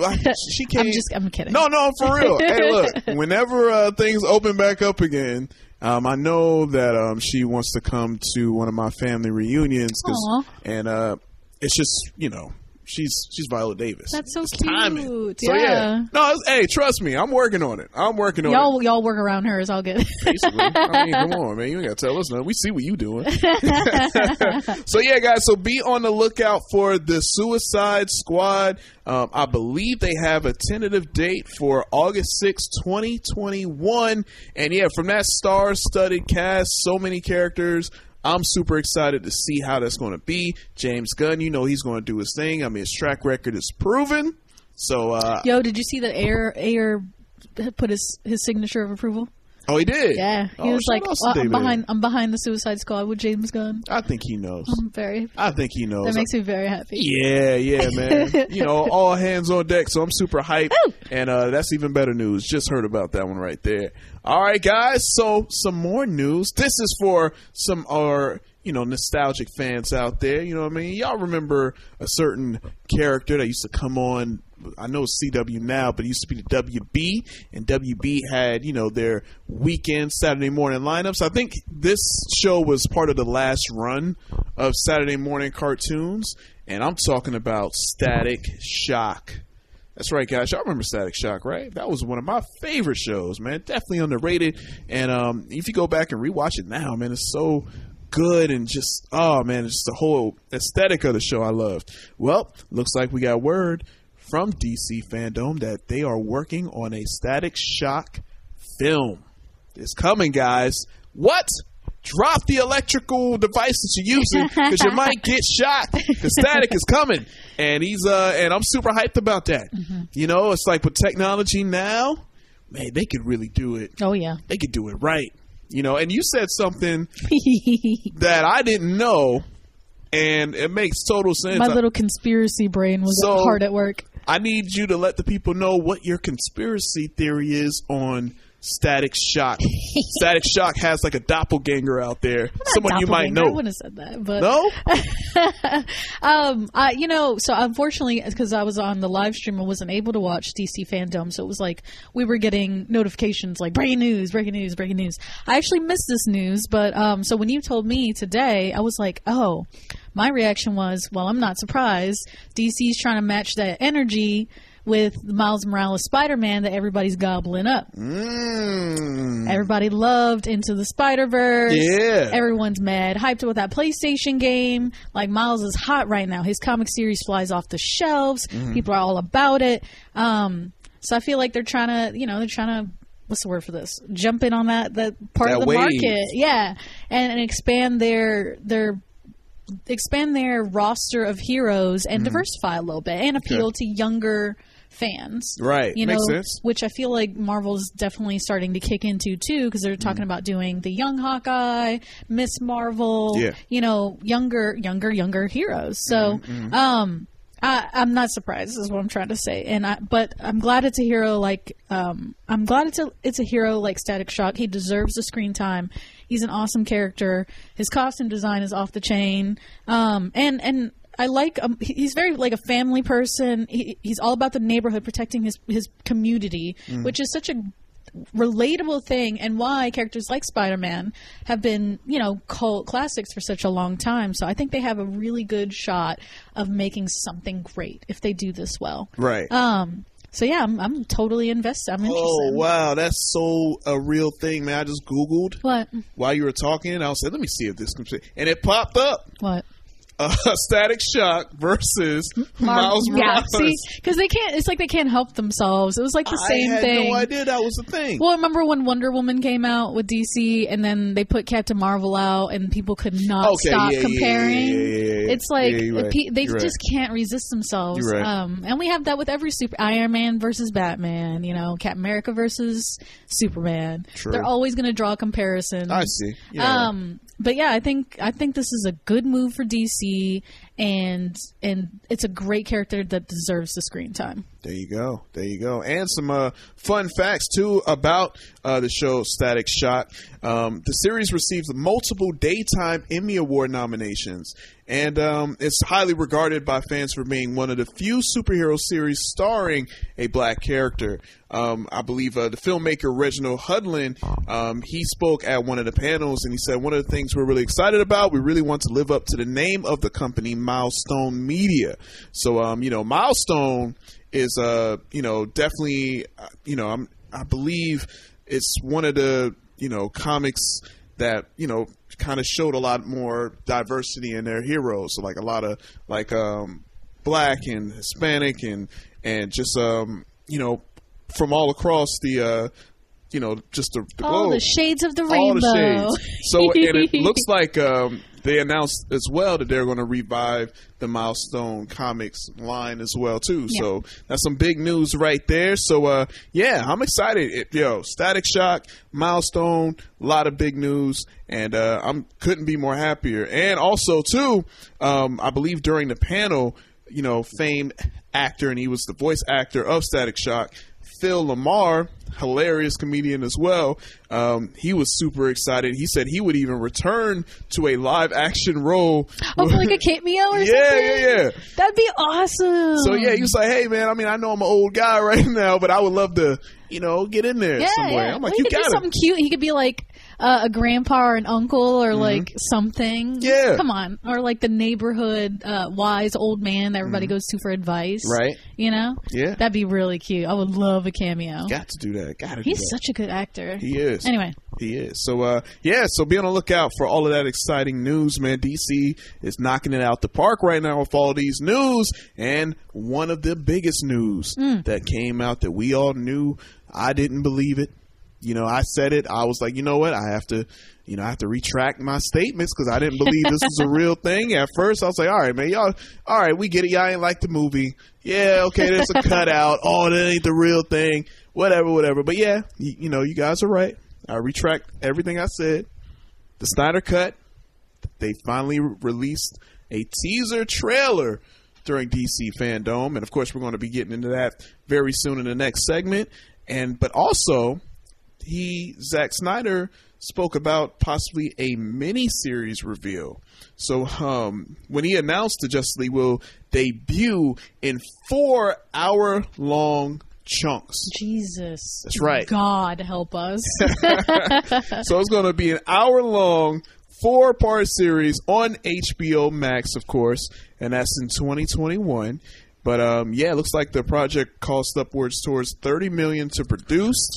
D: She came.
E: I'm just. I'm kidding.
D: No, no, for real. hey, look, whenever uh, things open back up again, um, I know that um, she wants to come to one of my family reunions. 'cause-
E: Aw.
D: and uh, it's just, you know, she's she's Viola Davis.
E: That's so
D: It's
E: cute.
D: timing. So,
E: Yeah.
D: No, it's- hey, trust me, I'm working on it. I'm working on it.
E: y'all y'all work around her. It's all good.
D: Basically, I mean, come on, man. You ain't got to tell us nothing. We see what you doing. so yeah, guys. So be on the lookout for the Suicide Squad. Um, I believe they have a tentative date for August sixth, twenty 2021. And yeah, from that star-studded cast, so many characters. I'm super excited to see how that's going to be. James Gunn, you know he's going to do his thing. I mean, his track record is proven. So, uh,
E: Yo, did you see that Air Air put his his signature of approval?
D: oh, he did.
E: Yeah, he
D: Oh,
E: was
D: shout
E: like,
D: outs to
E: well, "I'm
D: David
E: behind. I'm behind the Suicide Squad with James Gunn."
D: Ayer. I think he knows.
E: I'm very.
D: I think he knows.
E: That makes me very happy.
D: Yeah, yeah, man. you know, all hands on deck. So I'm super hyped, and uh, that's even better news. Just heard about that one right there. All right, guys. So some more news. This is for some our you know nostalgic fans out there. You know what I mean? Y'all remember a certain character that used to come on. I know it's CW now, but it used to be the WB, and WB had you know their weekend Saturday morning lineups. I think this show was part of the last run of Saturday morning cartoons, and I'm talking about Static Shock. That's right, guys. Y'all remember Static Shock, right? That was one of my favorite shows, man. Definitely underrated. And um, if you go back and rewatch it now, man, it's so good and just oh man, it's just the whole aesthetic of the show I loved. Well, looks like we got word from DC fandom that they are working on a Static Shock film. It's coming, guys. What? Drop the electrical device that you're using because you might get shot. The static is coming, and he's uh, and I'm super hyped about that.
E: Mm-hmm.
D: You know, it's like with technology now, man, they could really do it.
E: Oh yeah.
D: They could do it right. You know, and you said something that I didn't know, and it makes total sense.
E: My
D: I-
E: little conspiracy brain was
D: So-
E: hard at work.
D: I need you to let the people know what your conspiracy theory is on Static Shock. Static Shock has like a doppelganger out there. Someone you might
E: Doppelganger. I
D: know.
E: wouldn't have said that, but
D: No?
E: um, I, you know, so unfortunately, because I was on the live stream, I wasn't able to watch DC fandom, so it was like we were getting notifications like breaking news, breaking news, breaking news. I actually missed this news, but um, so when you told me today, I was like, oh, my reaction was, well, I'm not surprised. DC's trying to match that energy. With Miles Morales Spider Man that everybody's gobbling up.
D: Hmm.
E: Everybody loved Into the Spider Verse.
D: Mm. Yeah.
E: Everyone's mad, hyped with that PlayStation game. Like Miles is hot right now. His comic series flies off the shelves.
D: Mm-hmm.
E: People are all about it. Um, so I feel like they're trying to, you know, they're trying to. What's the word for this? Jump in on that that part
D: That
E: of the
D: wave.
E: market, yeah, and, and expand their their expand their roster of heroes
D: Mm-hmm.
E: and diversify a little bit and appeal to younger fans.
D: Right.
E: You
D: Makes
E: know,
D: sense.
E: which I feel like Marvel's definitely starting to kick into too because they're talking about doing the young Hawkeye, Miss Marvel,
D: Yeah.
E: you know, younger, younger, younger heroes. So, um, I, I'm not surprised is what I'm trying to say, and I, but I'm glad it's a hero like um, I'm glad it's a it's a hero like Static Shock. He deserves the screen time. He's an awesome character. His costume design is off the chain, um, and and I like um, he- he's very like a family person. He, he's all about the neighborhood, protecting his his community, which is such a relatable thing and why characters like Spider-Man have been, you know, cult classics for such a long time. So I think they have a really good shot of making something great if they do this well.
D: Right.
E: Um so yeah, I'm, I'm totally invested. I'm
D: oh,
E: interested.
D: wow. That's so a real thing, man. I just Googled
E: What?
D: while you were talking. I was like, let me see if this can fit. And it popped up.
E: What?
D: Uh, Static Shock versus Miles
E: yeah,
D: Morales.
E: see, because they can't. It's like they can't help themselves. It was like the same
D: I had
E: thing.
D: no idea that was a thing.
E: Well, remember when Wonder Woman came out with DC, and then they put Captain Marvel out, and people could not
D: Okay,
E: stop
D: yeah, yeah,
E: comparing.
D: yeah, yeah, yeah, yeah.
E: It's like
D: Yeah, you're right.
E: pe- they
D: You're
E: just can't resist themselves.
D: You're right.
E: Um, and we have that with every super Iron Man versus Batman. You know, Captain America versus Superman.
D: True.
E: They're always going to draw comparisons.
D: I see. Yeah.
E: Um, but yeah, I think I think this is a good move for DC, and and it's a great character that deserves the screen time.
D: There you go. There you go. And some uh, fun facts, too, about uh, the show Static Shock. Um, the series received multiple Daytime Emmy Award nominations, and um, it's highly regarded by fans for being one of the few superhero series starring a black character. Um, I believe uh, the filmmaker Reginald Hudlin, um, he spoke at one of the panels, and he said, One of the things we're really excited about, we really want to live up to the name of the company, Milestone Media. So, um, you know, Milestone is, uh, you know, definitely, uh, you know, I'm, I believe it's one of the, you know, comics that you know kind of showed a lot more diversity in their heroes. So like a lot of like um, black and Hispanic and and just um, you know from all across the uh, you know just the, the
E: All
D: globe
E: the shades of the
D: all
E: rainbow.
D: the shades. So and it looks like um, they announced as well that they're going to revive the Milestone Comics line as well too.
E: Yeah.
D: So that's some big news right there. So uh, yeah, I'm excited. It, yo, Static Shock, Milestone, a lot of big news, and uh, I'm couldn't be more happier. And also too, um, I believe during the panel, you know, famed actor and he was the voice actor of Static Shock. Phil Lamar, hilarious comedian as well. Um, he was super excited. He said he would even return to a live action role.
E: Oh, for like a cameo or
D: Yeah,
E: something?
D: yeah, yeah.
E: That'd be awesome.
D: so yeah, he was like, "Hey man, I mean, I know I'm an old guy right now, but I would love to, you know, get in there
E: yeah,
D: somewhere."
E: yeah.
D: I'm like,
E: Well,
D: "You
E: he could do
D: got
E: something
D: it."
E: cute. He could be like uh, a grandpa or an uncle or like something.
D: Mm-hmm. Yeah.
E: Come on. Or like the neighborhood uh, wise old man that everybody goes to for advice.
D: Mm-hmm. Right.
E: You know?
D: Yeah.
E: That'd be really cute. I would love a cameo.
D: Got to do that. Got to.
E: He's
D: do that.
E: such a good actor.
D: He is.
E: Anyway.
D: He is. So uh yeah, so be on the lookout for all of that exciting news, man. DC is knocking it out the park right now with all these news and one of the biggest news that came out that we all knew I didn't believe it. You know, I said it. I was like, you know what? I have to, you know, I have to retract my statements because I didn't believe this was a real thing. At first, I was like, all right, man, y'all, all right, we get it. Y'all ain't like the movie. Yeah, okay, there's a cutout. Oh, that ain't the real thing. Whatever, whatever. But yeah, you, you know, you guys are right. I retract everything I said. The Snyder Cut. They finally re- released a teaser trailer during DC Fandom, and of course, we're going to be getting into that very soon in the next segment. And but also, he Zack Snyder spoke about possibly a mini series reveal. So um, when he announced the Justice League will debut in four hour long chunks.
E: Jesus.
D: That's right.
E: God help us.
D: So it's going to be an hour long, four part series on HBO Max, of course, and that's in 2021. But um, yeah, it looks like the project cost upwards towards 30 million to produce.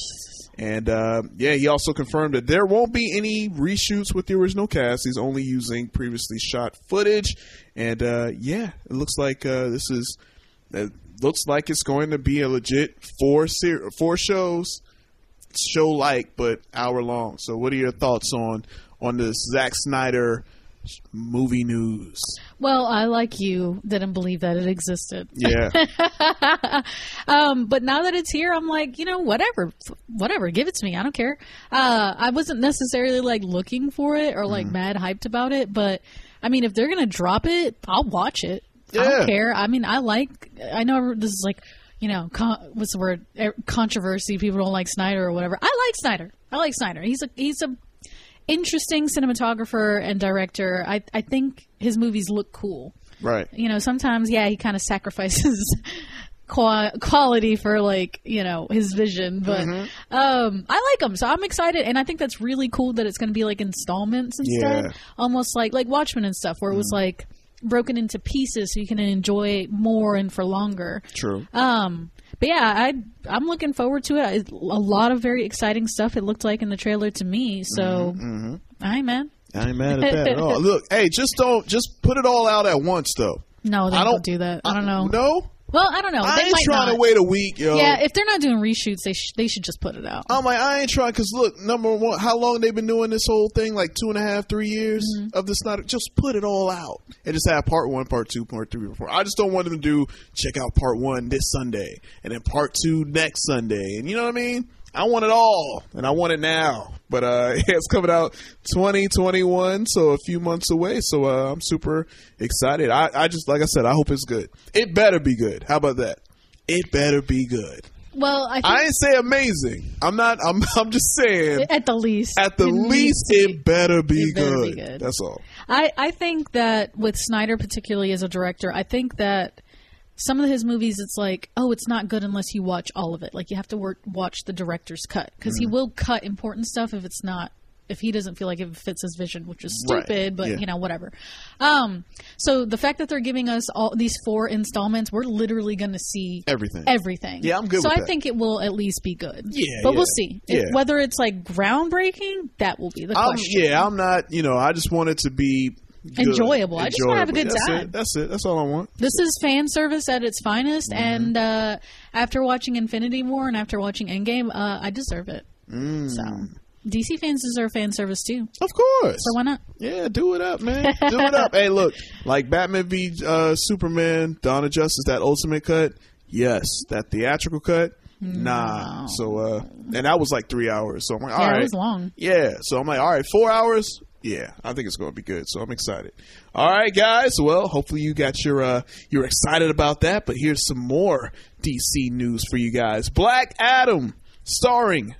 D: And uh, yeah, he also confirmed that there won't be any reshoots with the original cast. He's only using previously shot footage. And uh, yeah, it looks like uh, this is it looks like it's going to be a legit four ser- four shows show like but hour long. So what are your thoughts on on this Zack Snyder movie news?
E: well, I like you didn't believe that it existed.
D: Yeah.
E: Um, but now that it's here, I'm like, you know, whatever, F- whatever, give it to me. I don't care. Uh, I wasn't necessarily like looking for it or like mad hyped about it, but I mean, if they're gonna drop it, I'll watch it. I
D: Yeah.
E: don't care. I mean, I like. I know this is like, you know, con- what's the word? Er, Controversy. People don't like Snyder or whatever. I like Snyder. I like Snyder. He's a he's a interesting cinematographer and director. I I think his movies look cool
D: right.
E: you know, sometimes, yeah, he kind of sacrifices qua quality for like, you know, his vision, but
D: Mm-hmm.
E: um, I like him, so I'm excited, and I think that's really cool that it's going to be like installments instead,
D: Yeah. Mm-hmm.
E: almost like like Watchmen and stuff, where it was like broken into pieces so you can enjoy more and for longer.
D: True.
E: Um, but yeah, I I'm looking forward to it. I, a lot of very exciting stuff it looked like in the trailer to me. So,
D: Mm-hmm,
E: aye, man.
D: I ain't mad at that at all. Look, hey, just don't just put it all out at once though.
E: No, they
D: I
E: don't,
D: don't-
E: do that. I don't know.
D: No?
E: Well, I don't know.
D: I
E: they
D: ain't
E: might
D: trying
E: not.
D: to wait a week, yo.
E: Yeah, if they're not doing reshoots, they sh- they should just put it out.
D: I'm like, I ain't trying because look, number one, how long they been doing this whole thing? Like two and a half, three years of this. Not just put it all out and just have part one, part two, part three, part four. I just don't want them to do check out part one this Sunday and then part two next Sunday, and you know what I mean. I want it all, and I want it now. But uh, it's coming out 2021, so a few months away. So uh, I'm super excited. I, I just, like I said, I hope it's good. It better be good. How about that? It better be good.
E: Well, I think
D: I ain't say amazing. I'm not. I'm. I'm just saying.
E: at the least,
D: At the
E: it needs
D: least,
E: to be-
D: it better be,
E: it better be
D: good.
E: good.
D: That's all.
E: I I think that with Snyder particularly as a director, I think that some of his movies, it's like, oh, it's not good unless you
D: Mm-hmm.
E: watch all of it. Like you have to work, watch the director's cut because he will cut important stuff if it's not if he doesn't feel like it fits his vision, which is
D: Right.
E: stupid, but
D: Yeah.
E: you know whatever. Um, so the fact that they're giving us all these four installments, we're literally going to see
D: Everything.
E: Everything.
D: Yeah, I'm good
E: So
D: with
E: I
D: that.
E: think it will at least be good.
D: Yeah,
E: but
D: yeah.
E: we'll see If-
D: Yeah.
E: whether it's like groundbreaking. That will be the
D: I'm,
E: question.
D: yeah, I'm not. You know, I just want it to be good.
E: Enjoyable. I just wanna have a good
D: Enjoyable. That's
E: time.
D: It. That's it. That's all I want.
E: This is fan service at its finest,
D: Mm-hmm.
E: and uh, after watching Infinity War and after watching Endgame, uh, I deserve it.
D: Mm.
E: So DC fans deserve fan service too.
D: Of course.
E: So why not?
D: Yeah, do it up, man. Do it up. Hey, look, like Batman v uh, Superman, Dawn of Justice, that ultimate cut. Yes, that theatrical cut. Nah. So, uh, and that was like three hours. So I'm like, all right.
E: it was long.
D: Yeah. So I'm like, all right, four hours. Yeah, I think it's going to be good. So I'm excited. All right, guys. Well, hopefully you got your uh, you're excited about that. But here's some more DC news for you guys. Black Adam, starring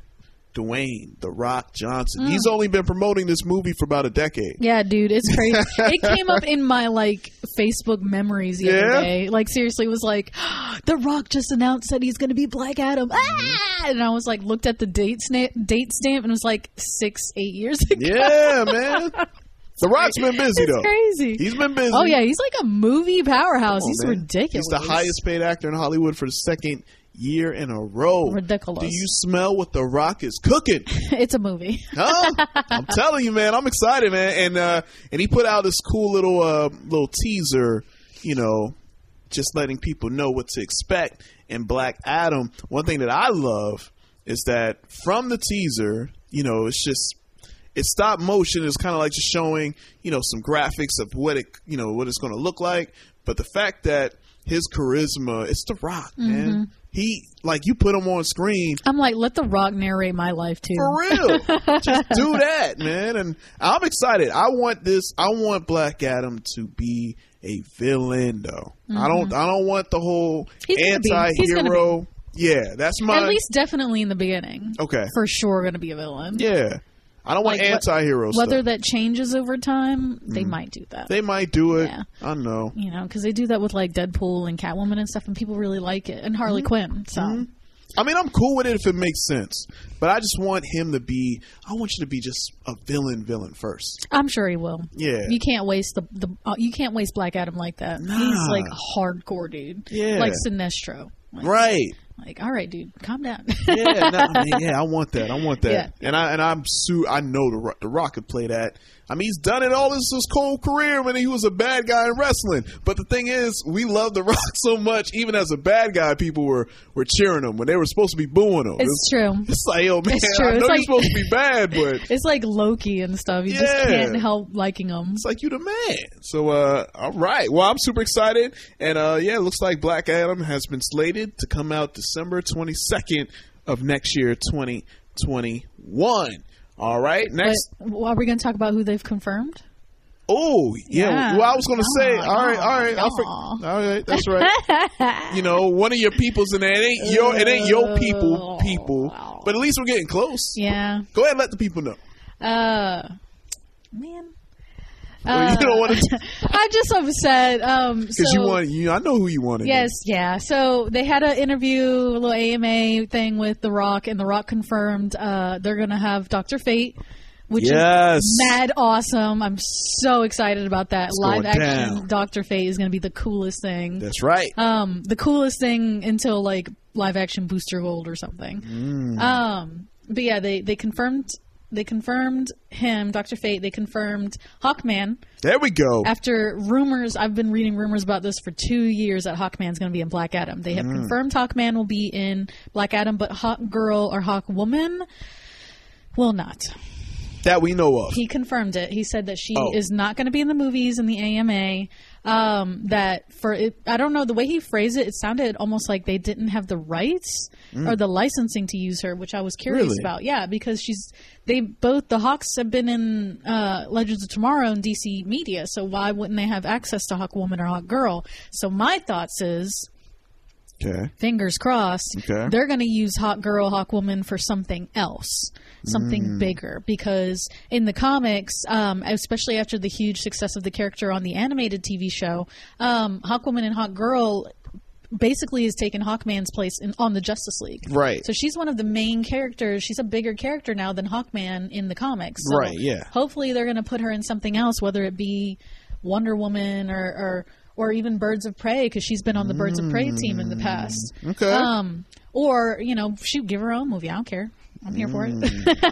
D: Dwayne The Rock Johnson.
E: Mm.
D: He's only been promoting this movie for about a decade.
E: Yeah, dude, it's crazy. it came up in my like Facebook memories the
D: Yeah?
E: other day. Like seriously, it was like The Rock just announced that he's going to be Black Adam.
D: Mm-hmm.
E: Ah! And I was like, looked at the date stamp, date stamp, and it was like six, eight years ago.
D: Yeah, man. The Rock's been busy
E: It's
D: though.
E: crazy.
D: He's been busy.
E: Oh yeah, he's like a movie powerhouse.
D: Come on,
E: he's
D: man.
E: ridiculous.
D: He's the highest paid actor in Hollywood for the second year in a row.
E: Ridiculous.
D: Do you smell what The Rock is cooking?
E: It's a movie.
D: Huh? I'm telling you, man. I'm excited, man. And uh, and he put out this cool little uh, little teaser, you know, just letting people know what to expect in Black Adam. One thing that I love is that from the teaser, you know, it's just it's stop motion. It's kind of like just showing, you know, some graphics of what it, you know, what it's going to look like. But the fact that his charisma, it's The Rock, man. He like you put him on screen,
E: I'm like, let The Rock narrate my life too.
D: for real. Just do that, man. And I'm excited. I want this. I want Black Adam to be a villain, though. I don't. I don't want the whole
E: Mm-hmm. He's gonna be. He's gonna
D: anti-hero. Yeah, that's my.
E: At least definitely in the beginning.
D: Okay.
E: For sure going to be a villain.
D: yeah, I don't want
E: Like, what-
D: anti-hero
E: Whether
D: stuff.
E: that changes over time, they might do that.
D: Mm-hmm. they might do it.
E: Yeah.
D: I don't know.
E: you know, because they do that with like Deadpool and Catwoman and stuff, and people really like it,
D: Mm-hmm.
E: and Harley Quinn. So
D: I mean, I'm cool with it if it makes sense, but I just want him to be. I want you to be just a villain, villain first.
E: I'm sure he will.
D: Yeah.
E: you can't waste the the uh, you can't waste Black Adam like that. He's like hardcore, dude.
D: Yeah.
E: like Sinestro. Like,
D: Right.
E: Like, all right, dude, calm down.
D: yeah, no, I mean, yeah, I want that. I want that.
E: Yeah.
D: And I and I'm su- I know the Rock, the Rock could play that. I mean, he's done it all his, his whole career when he was a bad guy in wrestling. But the thing is, we love the Rock so much. Even as a bad guy, people were were cheering him when they were supposed to be booing him.
E: it's true.
D: It's like, yo, man,
E: It's true.
D: I know
E: It's
D: you're
E: like-
D: supposed to be bad, but
E: It's like Loki and stuff. You just
D: Yeah.
E: can't help liking him.
D: it's like you the man. So uh all right. Well I'm super excited. And uh yeah, it looks like Black Adam has been slated to come out December twenty second of next year, twenty twenty one. All right.
E: But
D: Next
E: well, are we going to talk about who they've confirmed?
D: Oh, yeah.
E: Yeah. Oh,
D: Well I was gonna say,
E: Aw,
D: all right, all right, I'll
E: aw.
D: for- all right, that's right. you know, one of your people's in there. It ain't your it ain't your people people. But at least we're getting close.
E: Oh, Yeah.
D: Go ahead and let the people know.
E: Uh, man, Uh,
D: Well, you don't want to
E: I'm just upset. Um,
D: because
E: because
D: you want you. I know who you want. in there.
E: Yes, yeah. So they had an interview, a little AMA thing with The Rock, and The Rock confirmed uh, they're going to have Dr. Fate, which
D: Yes.
E: is mad awesome. I'm so excited about that.
D: going
E: Live action
D: down.
E: Dr. Fate is going to be the coolest thing.
D: That's right.
E: Um, the coolest thing until like live action Booster Gold or something.
D: Mm.
E: Um, but yeah, they they confirmed they confirmed him, Doctor Fate. They confirmed Hawkman
D: there we go.
E: after rumors. I've been reading rumors about this for two years that Hawkman's going to be in Black Adam. They have confirmed Hawkman will be in Black Adam, but Hawk Girl or Hawk Woman will not.
D: that we know of.
E: He confirmed it. He said that she
D: Oh.
E: is not going to be in the movies in the AMA. Um, that for it, I don't know the way he phrased it. It sounded almost like they didn't have the rights or the licensing to use her, which I was curious
D: Mm. Really?
E: about. Yeah, because she's they both the Hawks have been in uh, Legends of Tomorrow and DC Media, so why wouldn't they have access to Hawk Woman or Hawk Girl? So my thoughts is
D: Okay.
E: fingers crossed,
D: Okay.
E: they're going to use Hawk Girl, Hawk Woman for something else, something
D: Mm.
E: bigger. Because in the comics, um, especially after the huge success of the character on the animated TV show, um, Hawk Woman and Hawk Girl basically has taken Hawkman's place in, on the Justice League.
D: Right.
E: So she's one of the main characters. She's a bigger character now than Hawkman in the comics. So
D: Right, yeah.
E: Hopefully they're going to put her in something else, whether it be Wonder Woman or or, or even Birds of Prey, because she's been on the Birds of Prey team in the past.
D: Mm. Okay.
E: Um, or you know, shoot, give her own movie. I don't care. I'm here for it.
D: Mm.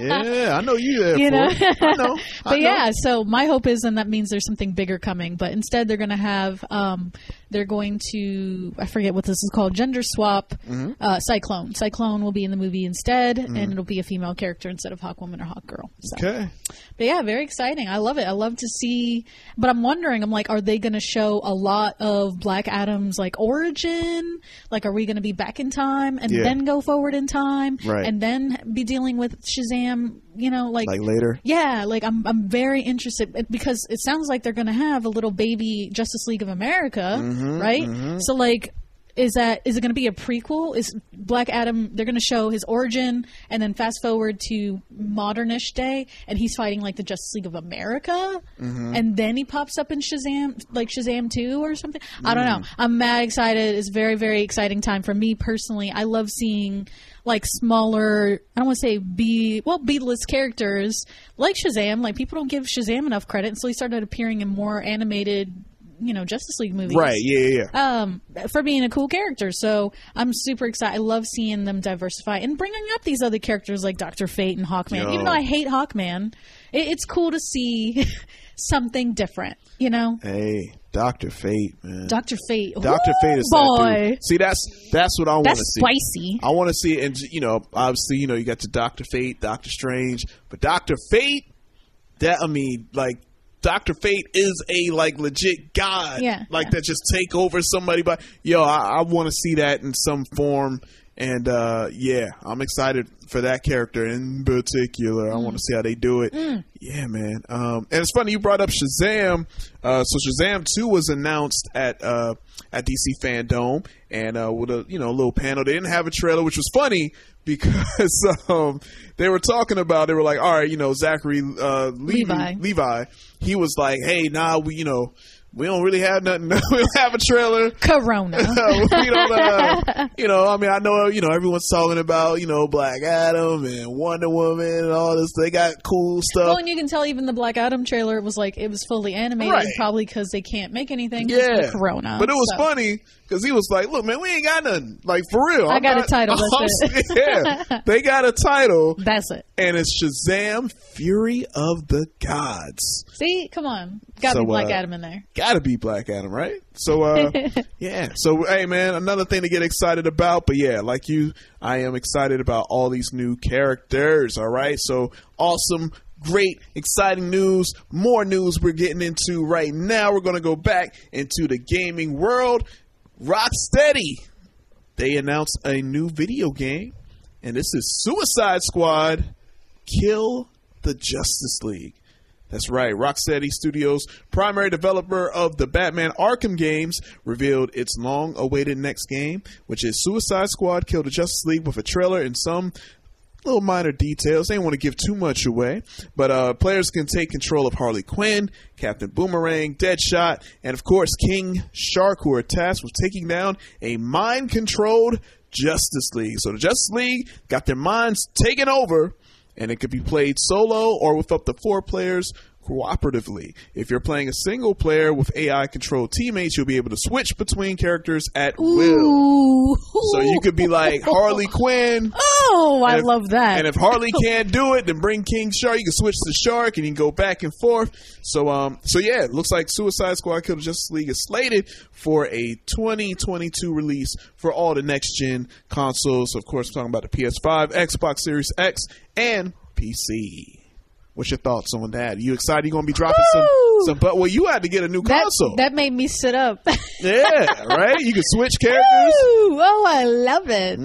D: yeah, I know you there
E: You
D: for
E: know?
D: it. I know. I
E: but
D: know.
E: yeah, so my hope is then that means there's something bigger coming. But instead, they're going to have um, they're going to I forget what this is called gender swap
D: Mm-hmm.
E: uh, Cyclone. Cyclone will be in the movie instead,
D: Mm.
E: and it'll be a female character instead of Hawkwoman or Hawkgirl. So.
D: Okay.
E: But yeah, very exciting. I love it. I love to see. But I'm wondering, I'm like, are they going to show a lot of Black Adam's like origin? Like, are we going to be back in time and
D: Yeah.
E: then go forward in time,
D: Right.
E: and then be dealing with Shazam? You know, like
D: Like later.
E: yeah, like I'm I'm very interested it- because it sounds like they're going to have a little baby Justice League of America, right? So like is that is it going to be a prequel? Is Black Adam they're going to show his origin and then fast forward to modernish day and he's fighting like the Justice League of America and then he pops up in Shazam like Shazam 2 or something. I don't know. I'm mad excited. It's very very exciting time for me personally. I love seeing like smaller I don't want to say B well B list characters like Shazam. Like people don't give Shazam enough credit, and so he started appearing in more animated, you know, Justice League movies.
D: Right. Yeah. Yeah. yeah.
E: Um, for being a cool character, so I'm super excited. I love seeing them diversify and bringing up these other characters like Doctor Fate and Hawkman.
D: Yo.
E: Even though I hate Hawkman, it, it's cool to see something different. You know,
D: hey, Doctor Fate, man.
E: Doctor Fate.
D: Doctor
E: Woo,
D: Fate is that
E: boy.
D: dude. See, that's that's what I want to
E: That's
D: see.
E: spicy.
D: I want to see, it and you know, obviously, you know, you got the Doctor Fate, Doctor Strange, but Doctor Fate, that I mean, like. Doctor Fate is a like legit god,
E: Yeah,
D: like
E: yeah.
D: that just take over somebody. But yo, I, I want to see that in some form, and uh yeah, I'm excited for that character in particular. I want to see how they do it. Yeah, man. Um, and it's funny you brought up Shazam. Uh, so Shazam two was announced at uh, at DC Fandome, and uh, with a you know little panel. They didn't have a trailer, which was funny because um, they were talking about. They were like, all right, you know, Zachary uh, Levi,
E: Levi.
D: Levi, he was like, hey, nah, we you know. We don't really have nothing. we don't have a trailer.
E: Corona.
D: we don't, uh, you know, I mean, I know, you know, everyone's talking about, you know, Black Adam and Wonder Woman and all this. They got cool stuff.
E: Well, and you can tell even the Black Adam trailer was like it was fully animated,
D: Right.
E: probably because they can't make anything. 'cause
D: Yeah,
E: of Corona.
D: But it was
E: So,
D: funny because he was like, "Look, man, we ain't got nothing. Like for real,
E: I
D: I'm
E: got a
D: not-
E: title, that's
D: I'm- yeah, they got a title,
E: That's it.
D: and it's Shazam: Fury of the Gods.
E: See, come on, got to
D: So,
E: be Black
D: uh,
E: Adam in there.
D: Got to be Black Adam, right? So, uh, yeah. So, hey, man, another thing to get excited about. But yeah, like you, I am excited about all these new characters. All right, so awesome. Great, exciting news. More news we're getting into right now. We're going to go back into the gaming world. Rocksteady they announced a new video game, and this is Suicide Squad Kill the Justice League. That's right. Rocksteady Studios, primary developer of the Batman Arkham games, revealed its long awaited next game, which is Suicide Squad Kill the Justice League, with a trailer and some little minor details. They don't want to give too much away, but uh, players can take control of Harley Quinn, Captain Boomerang, Deadshot, and of course King Shark, who are tasked with taking down a mind-controlled Justice League. So the Justice League got their minds taken over, and it could be played solo or with up to four players cooperatively. If you're playing a single player with AI-controlled teammates, you'll be able to switch between characters at will.
E: Ooh.
D: So you could be like Harley Quinn.
E: Oh, I
D: And if-
E: love that.
D: And if Harley can't do it, then bring King Shark. You can switch to Shark, and you can go back and forth. So, um, so yeah, it looks like Suicide Squad: Kill the Justice League is slated for a 2022 release for all the next gen consoles. Of course, we're talking about the PS5, Xbox Series X, and PC. What's your thoughts on that? Are you excited? You gonna be dropping some,
E: Woo!
D: some? But well, you had to get a new
E: that,
D: console.
E: that made me sit up.
D: yeah, right. You can switch characters. Mm.
E: Ooh, oh, I love it.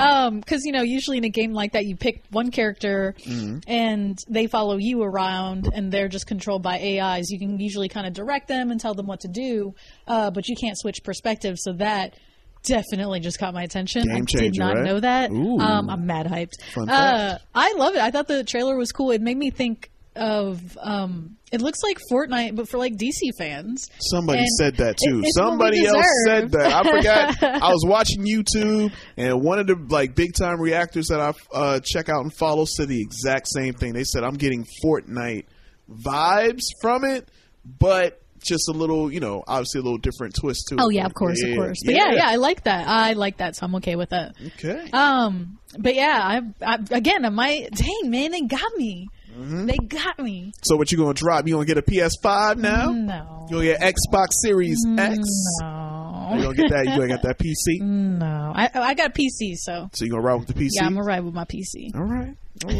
E: Um, because you know, usually in a game like that, you pick one character
D: Mm.
E: and they follow you around, and they're just controlled by AIs. You can usually kind of direct them and tell them what to do, uh, but you can't switch perspectives. So that definitely just caught my attention.
D: Game
E: I did
D: changer,
E: not
D: right?
E: know that.
D: Ooh.
E: Um, I'm mad hyped.
D: Fun
E: Uh, I love it. I thought the trailer was cool. It made me think of um, it looks like Fortnite, but for like DC fans.
D: Somebody
E: And
D: said that too.
E: it- it's what we
D: Somebody else said
E: deserve.
D: that. I forgot. I was watching YouTube, and one of the like big time reactors that I uh, check out and follow said the exact same thing. They said I'm getting Fortnite vibes from it, but just a little, you know, obviously a little different twist to it.
E: Oh yeah, of course, of course. But yeah, yeah, I like that. I like that, so I'm okay with that.
D: Okay.
E: Um, but yeah, I, I again, I might. Dang man, they got me.
D: Mm-hmm.
E: They got me.
D: so what you gonna drop? You gonna get a PS5
E: Mm-hmm.
D: now?
E: No,
D: You gonna get Xbox Series X?
E: Mm-hmm.
D: You
E: no,
D: gonna get that? You gonna get that PC?
E: no. I I got PC, so
D: So you gonna ride with the PC?
E: Mm-hmm. yeah, I'm gonna ride with my PC.
D: All right. All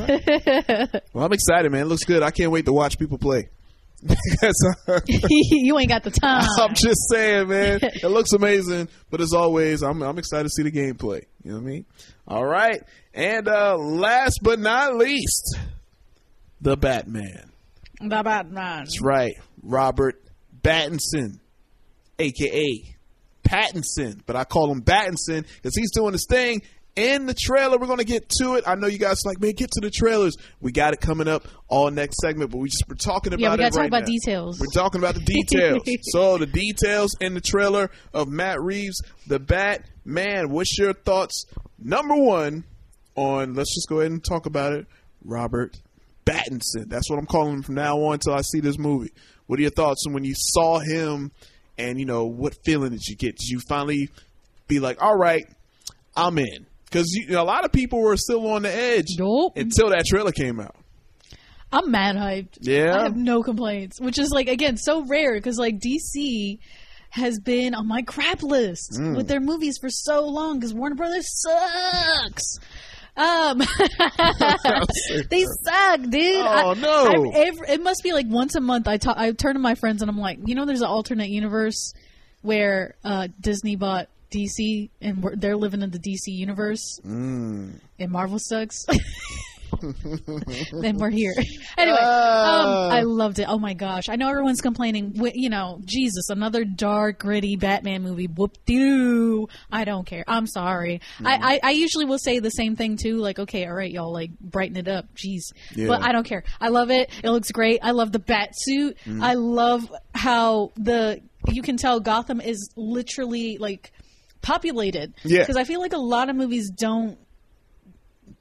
D: right. well, I'm excited, man. It looks good. I can't wait to watch people play. 'Cause I-
E: you ain't got the time.
D: I'm just saying, man. It looks amazing. But as always, I'm, I'm excited to see the gameplay. You know what I mean? All right. And uh, last but not least, the Batman.
E: Bye bye, man.
D: That's right. Robert Pattinson, a.k.a. Pattinson. But I call him Pattinson because he's doing his thing in the trailer. We're going to get to it. I know you guys like, man, get to the trailers. We got it coming up all next segment, but we just, we're talking about
E: Yeah, we
D: it
E: gotta talk
D: right
E: about
D: now.
E: details.
D: We're talking about the details. so the details in the trailer of Matt Reeves, the Bat Man. What's your thoughts? Number one on let's just go ahead and talk about it. Robert Pattinson. That's what I'm calling him from now on until I see this movie. What are your thoughts on when you saw him? And you know what feeling did you get? Did you finally be like, all right, I'm in? Because you know, a lot of people were still on the edge
E: Nope.
D: until that trailer came out.
E: I'm mad hyped.
D: Yeah.
E: I have no complaints, which is like again so rare because like DC has been on my crap list
D: Mm.
E: with their movies for so long because Warner Brothers sucks. Um, they suck, dude.
D: Oh,
E: I-
D: no.
E: I'm every- it must be like once a month. I ta- I turn to my friends and I'm like, you know, there's an alternate universe where uh, Disney bought DC and we're, they're living in the DC universe, and Marvel sucks. then we're here. anyway,
D: Ah.
E: um, I loved it. Oh my gosh! I know everyone's complaining. Wi- You know, Jesus, another dark, gritty Batman movie. Whoop doo! I don't care. I'm sorry.
D: Mm.
E: I, I I usually will say the same thing too. Like, okay, all right, y'all, like brighten it up. Jeez,
D: Yeah.
E: but I don't care. I love it. It looks great. I love the bat suit.
D: Mm.
E: I love how the you can tell Gotham is literally like populated.
D: Yeah.
E: because I feel like a lot of movies don't.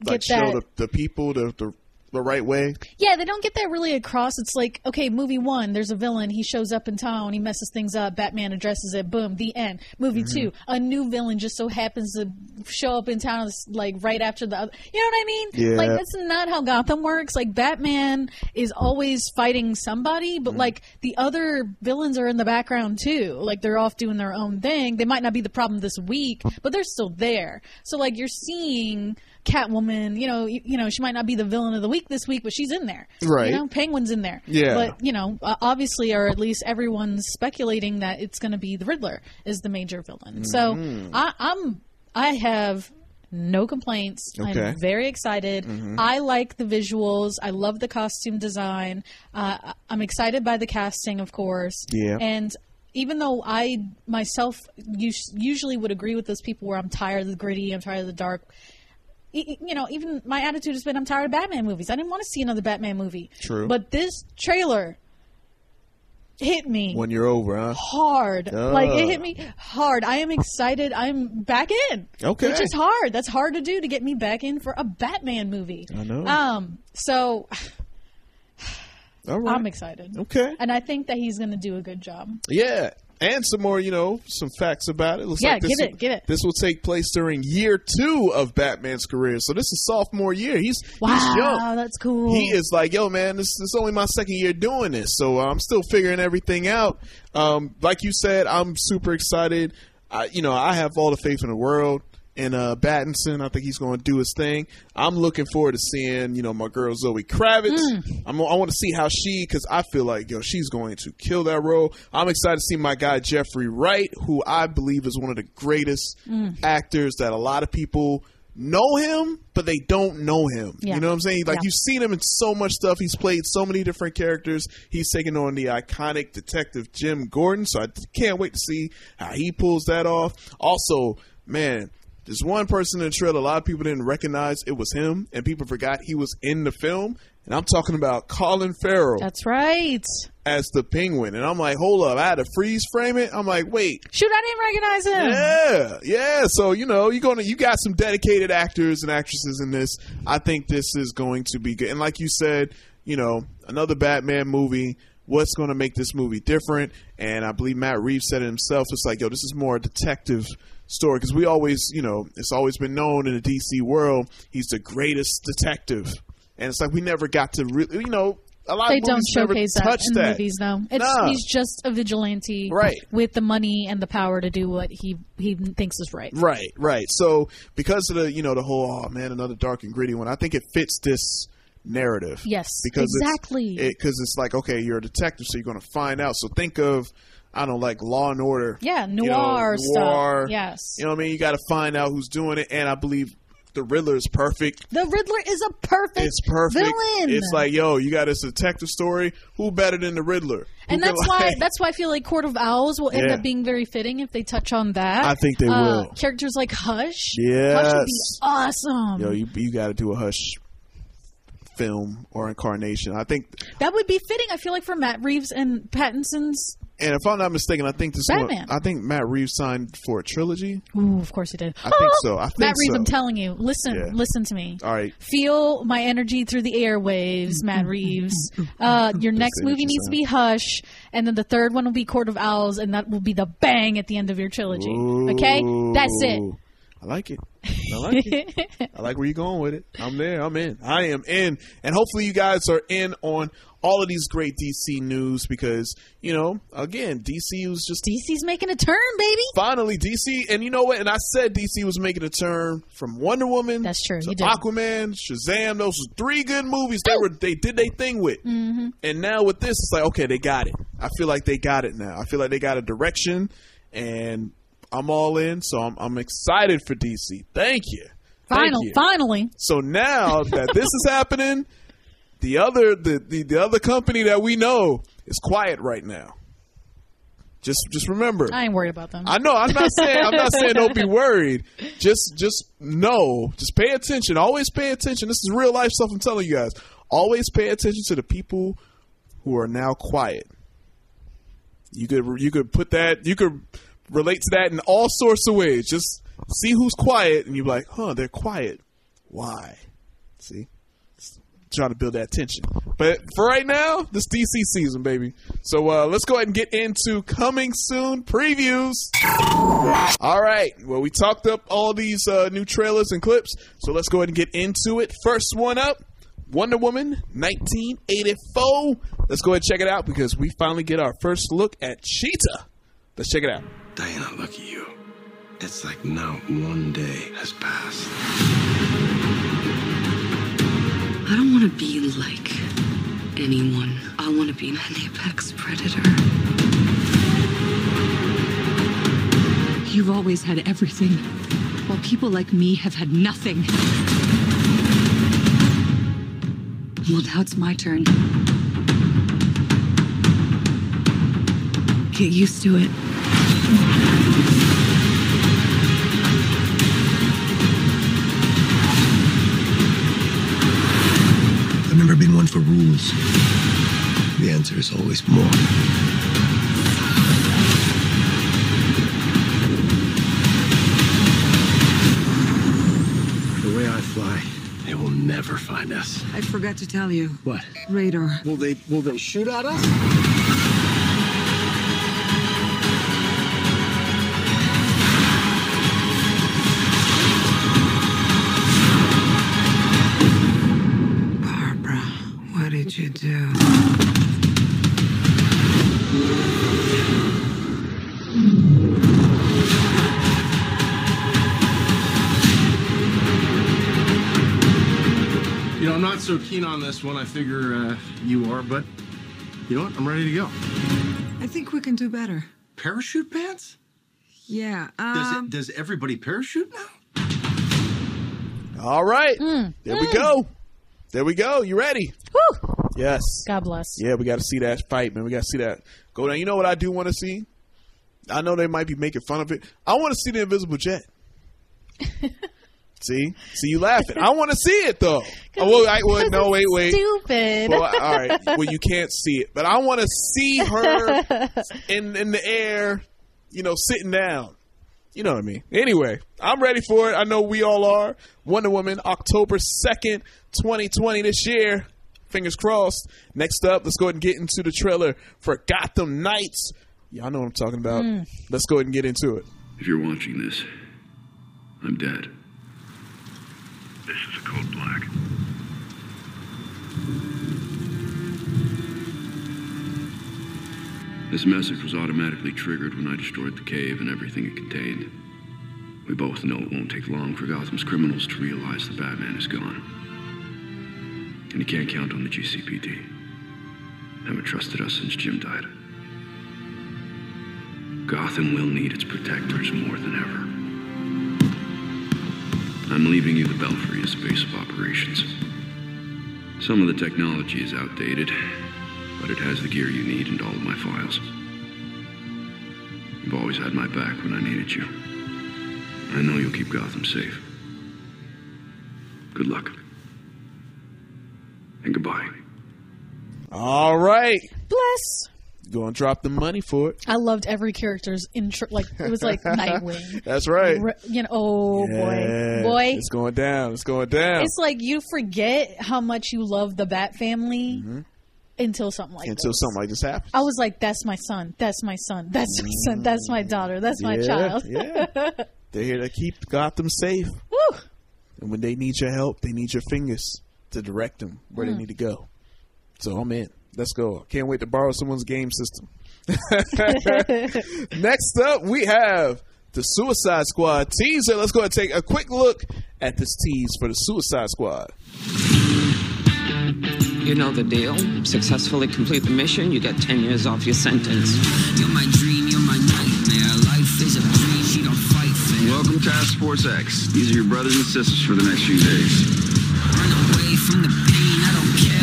D: Like
E: Get that.
D: show the, the people the, the the right way.
E: Yeah, they don't get that really across. It's like, okay, movie one, there's a villain. He shows up in town. He messes things up. Batman addresses it. Boom, the end. Movie
D: Mm-hmm.
E: two, a new villain just so happens to show up in town, like right after the other. You know what I mean?
D: Yeah.
E: Like, that's not how Gotham works. Like, Batman is always fighting somebody,
D: Mm-hmm.
E: but like the other villains are in the background too. Like, they're off doing their own thing. They might not be the problem this week,
D: Mm-hmm.
E: but they're still there. So, like, you're seeing Catwoman, you know, you, you know, she might not be the villain of the week this week, but she's in there.
D: Right.
E: You know, Penguin's in there.
D: Yeah.
E: But, you know, uh, obviously, or at least everyone's speculating that it's going to be the Riddler is the major
D: Mm-hmm.
E: villain. So I, I'm, I have no complaints.
D: Okay. Mm-hmm.
E: I'm very excited. I like the visuals. I love the costume design. Uh, I- I'm excited by the casting, of course.
D: Yeah.
E: And even though I myself us- usually would agree with those people where I'm tired of the gritty, I'm tired of the dark, e- e- you know, even my attitude has been I'm tired of Batman movies. I didn't want to see another Batman movie.
D: True.
E: But this trailer hit me
D: When you're over, huh?
E: hard. Like
D: Duh.
E: it hit me hard. I am excited. I'm back in.
D: Okay.
E: Which is hard. That's hard to do to get me back in for a Batman movie.
D: I know.
E: Um so
D: All right.
E: I'm excited.
D: Okay.
E: And I think that he's going to do a good job.
D: Yeah. And some more, you know, some facts about it. Looks
E: Yeah,
D: like this
E: get it,
D: will,
E: get it.
D: This will take place during year two of Batman's career. So this is sophomore year. He's he's
E: Wow,
D: young.
E: that's cool.
D: He is like, yo, man, this, this is only my second year doing this, so I'm still figuring everything out. Um, like you said, I'm super excited. I, you know, I have all the faith in the world in uh, Battinson. I think he's going to do his thing. I'm looking forward to seeing, you know, my girl Zoe Kravitz. I'm, I want to see how she, because I feel like, yo, she's going to kill that role. I'm excited to see my guy Jeffrey Wright, who I believe is one of the greatest actors that a lot of people know him, but they don't know him.
E: Yeah.
D: You know what I'm saying? Like
E: Yeah.
D: you've seen him in so much stuff. He's played so many different characters. He's taken on the iconic detective Jim Gordon. So I can't wait to see how he pulls that off. Also, man, There's one person in the trailer a lot of people didn't recognize it was him, and people forgot he was in the film. And I'm talking about Colin Farrell
E: That's right.
D: as the Penguin. And I'm like, hold up, I had to freeze frame it. I'm like, wait,
E: Shoot, I didn't recognize him.
D: yeah, yeah. So you know, you gonna you got some dedicated actors and actresses in this. I think this is going to be good. And like you said, you know, another Batman movie. What's going to make this movie different? And I believe Matt Reeves said it himself. It's like, yo, this is more a detective story because we always, you know, it's always been known in the DC world he's the greatest detective, and it's like we never got to really, you know, a lot
E: They
D: of
E: don't
D: movies never
E: showcase that
D: touch
E: in movies, no. It's
D: Nah.
E: he's just a vigilante,
D: Right.
E: With the money and the power to do what he he thinks is right.
D: Right, right. So because of the you know the whole oh man another dark and gritty one, I think it fits this narrative.
E: Yes,
D: because
E: exactly.
D: Because it's, 'cause it's like okay, you're a detective, so you're going to find out. So think of I don't know, like Law and Order.
E: Yeah,
D: you know,
E: noir stuff.
D: noir.
E: Yes.
D: you know what I mean. You got to find out who's doing it, and I believe the Riddler is perfect.
E: The Riddler is a perfect,
D: It's perfect.
E: villain.
D: It's like yo, you got this detective story. Who better than the Riddler? Who can,
E: and that's why
D: like-
E: that's why I feel like Court of Owls will end
D: Yeah.
E: up being very fitting if they touch on that.
D: I think they
E: Uh,
D: will.
E: Characters like Hush, Hush would be
D: Yes.
E: awesome.
D: Yo, you you got to do a hush film or incarnation. I think,
E: that would be fitting. I feel like for Matt Reeves and Pattinson's.
D: and if I'm not mistaken, I think this
E: Batman.
D: one. I think Matt Reeves signed for a trilogy.
E: Ooh, of course he did.
D: I think so. I think
E: Matt Reeves,
D: so.
E: I'm telling you. Listen,
D: Yeah.
E: listen to me.
D: All right.
E: Feel my energy through the airwaves, Matt Reeves. Uh, your next
D: the
E: movie
D: energy
E: needs to be Hush, and then the third one will be Court of Owls, and that will be the bang at the end of your trilogy. Okay, that's it.
D: Ooh. I like it. I like it. I like where you're going with it. I'm there. I'm in. I am in. And hopefully you guys are in on all of these great DC news because, you know, again, DC was just
E: DC's making a turn, baby.
D: finally DC, and you know what? And I said DC was making a turn from Wonder Woman.
E: That's true,
D: To
E: you did.
D: Aquaman, Shazam. Those were three good movies. They were they did their thing with. Mm-hmm. And now with this, it's like okay, they got it. I feel like they got it now. I feel like they got a direction, and I'm all in. So I'm I'm excited for DC. Thank you. Thank
E: Final,
D: you.
E: finally.
D: So now that this is happening, the other the, the, the other company that we know is quiet right now. Just just remember.
E: I ain't worried about them.
D: I know. I'm not saying. I'm not saying don't be worried. Just, just know. Just pay attention. Always pay attention. This is real life stuff. I'm telling you guys. Always pay attention to the people who are now quiet. You could, you could put that. You could relate to that in all sorts of ways. Just see who's quiet, and you're like, huh, they're quiet. Why? See. Trying to build that tension, but for right now, this DC season, baby. So uh, let's go ahead and get into coming soon previews. All right. Well, we talked up all these uh, new trailers and clips, so let's go ahead and get into it. First one up Wonder Woman 1984. Let's go ahead and check it out because we finally get our first look at Cheetah. Let's check it out.
F: Diana, look at you. It's like not one day has passed.
G: I don't want to be like anyone. I want to be an apex predator.
H: You've always had everything, while people like me have had nothing.
G: Well, now it's my turn. Get used to it.
F: I've never been one for rules. The answer is always more. The way I fly, they will never find us.
G: I forgot to tell you.
F: What?
G: Radar.
F: Will they will they shoot at us?
G: Barbara, what did you do?
F: You know, I'm not so keen on this one. I figure uh, you are, but you know what? I'm ready to go.
G: I think we can do better.
F: Parachute pants?
G: Yeah.
F: Does
G: Um,
F: it, does everybody parachute now?
D: All right. There we go. There we go. You ready?
E: Woo!
D: Yes.
E: God bless.
D: Yeah, we got to see that fight, man. We got to see that go down. You know what I do want to see? I know they might be making fun of it. I want to see the invisible jet. See, see you laughing. I want to see it though. Oh, well, I, well, no, wait, wait.
E: Stupid.
D: Well, all right. Well, you can't see it, but I want to see her in in the air. You know, sitting down. You know what I mean. Anyway, I'm ready for it. I know we all are. Wonder Woman, October second, 2020, this year. Fingers crossed. Next up, let's go ahead and get into the trailer for Gotham Knights. Y'all know what I'm talking about.
E: Mm.
D: Let's go ahead and get into it.
I: If you're watching this, I'm dead. This is a code black. This message was automatically triggered when I destroyed the cave and everything it contained. We both know it won't take long for Gotham's criminals to realize the Batman is gone. And he can't count on the GCPD. Haven't trusted us since Jim died. Gotham will need its protectors more than ever. I'm leaving you the Belfry as a base of operations. Some of the technology is outdated, but it has the gear you need and all of my files. You've always had my back when I needed you. I know you'll keep Gotham safe. Good luck. And goodbye.
D: All right.
E: Bless.
D: Go and drop the money for it.
E: I loved every character's intro. Like it was like Nightwing.
D: That's right.
E: Re- You know, oh
D: Yeah.
E: boy, boy.
D: It's going down. It's going down.
E: It's like you forget how much you love the Bat Family until something like
D: Mm-hmm. Until
E: this.
D: something like this happens.
E: I was like, "That's my son. That's my son. That's my son. That's my daughter. That's my
D: Mm. yeah,
E: child."
D: yeah. They're here to keep Gotham safe.
E: Woo.
D: And when they need your help, they need your fingers to direct them where
E: Mm.
D: they need to go. So I'm in. Let's go. Can't wait to borrow someone's game system. Next up, we have the Suicide Squad teaser. Let's go ahead and take a quick look at this tease for the Suicide Squad.
J: You know the deal. Successfully complete the mission, you get 10 years off your sentence.
G: You're my dream, you're my nightmare. Life is a breeze, you don't fight fair.
I: Welcome, Task Force X. These are your brothers and sisters for the next few days.
G: Run away from the pain, I don't care.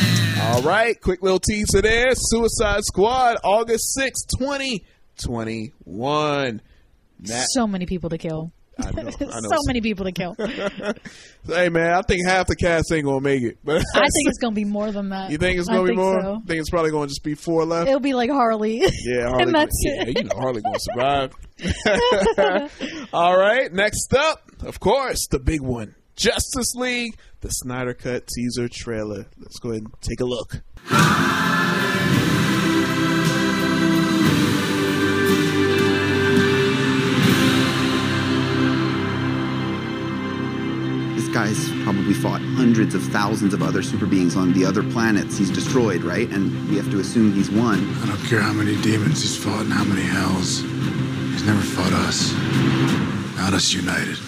D: All right, quick little teaser there. Suicide Squad, August 6th, 2021. Matt,
E: So many people to kill.
D: I know, I know.
E: so many people to kill. I
D: Hey, man, I think half the cast ain't going to make it. But
E: think it's gonna be more than that.
D: You think it's
E: I
D: going to be
E: think
D: more?
E: so.
D: I think it's probably going to just be four left.
E: It'll be like Harley.
D: Yeah, Harley.
E: and that's
D: yeah,
E: it.
D: you know Harley gonna survive. All right, next up, of course, the big one, Justice League, the Snyder Cut teaser trailer. Let's go ahead and take a look.
I: This guy's probably fought hundreds of thousands of other super beings on the other planets he's destroyed, right? And we have to assume he's won.
F: I don't care how many demons he's fought and how many hells. He's never fought us. Not us united.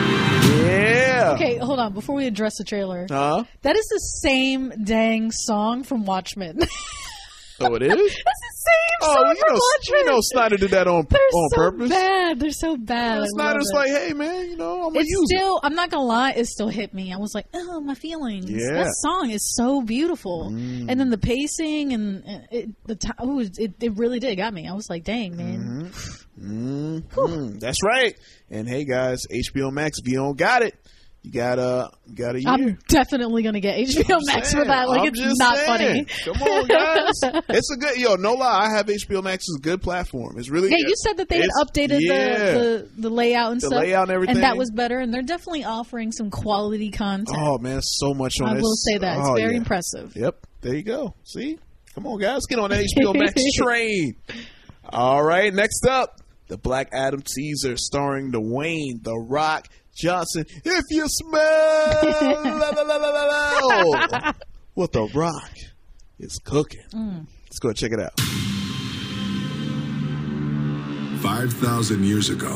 D: Yeah.
E: Okay, hold on. Before we address the trailer,
D: Huh?
E: that is the same dang song from Watchmen. that's
D: Oh, it is.
E: the same
D: oh,
E: song
D: you
E: from
D: know,
E: Watchmen.
D: you know, Snyder did that on
E: They're
D: on
E: so
D: purpose.
E: bad. They're so bad. I love
D: Snyder's
E: it.
D: like, hey man, you know, I'm gonna
E: It's
D: use it.
E: still. I'm not gonna lie. It still hit me. I was like, oh, my feelings.
D: Yeah. Mm.
E: That song is so beautiful. And then the pacing and and it, the time. Ooh, it, it really did got me. I was like, dang
D: Mm-hmm.
E: man.
D: Mm, that's right. And hey guys, HBO Max, if you don't got it, you got uh, you got a year.
E: I'm definitely gonna get HBO Max for
D: saying.
E: that. Like,
D: I'm
E: it's
D: just
E: not
D: saying.
E: funny.
D: Come on, guys. it's a good yo. No lie, I have HBO Max is a good platform. It's really
E: Yeah, you said that they had
D: it's-
E: updated
D: yeah.
E: the, the the layout and
D: The
E: stuff,
D: layout and everything.
E: that was better. And they're definitely offering some quality content.
D: Oh man, it's so much on.
E: I
D: it.
E: will say that
D: oh,
E: it's very
D: yeah.
E: impressive.
D: Yep, there you go. See, come on, guys, get on that HBO Max train. All right, next up, the Black Adam teaser starring the Wayne, the Rock Johnson. If you smell, la, la, la, la, la, la, what the Rock is cooking.
E: Mm.
D: Let's go check it out.
F: 5,000 years ago,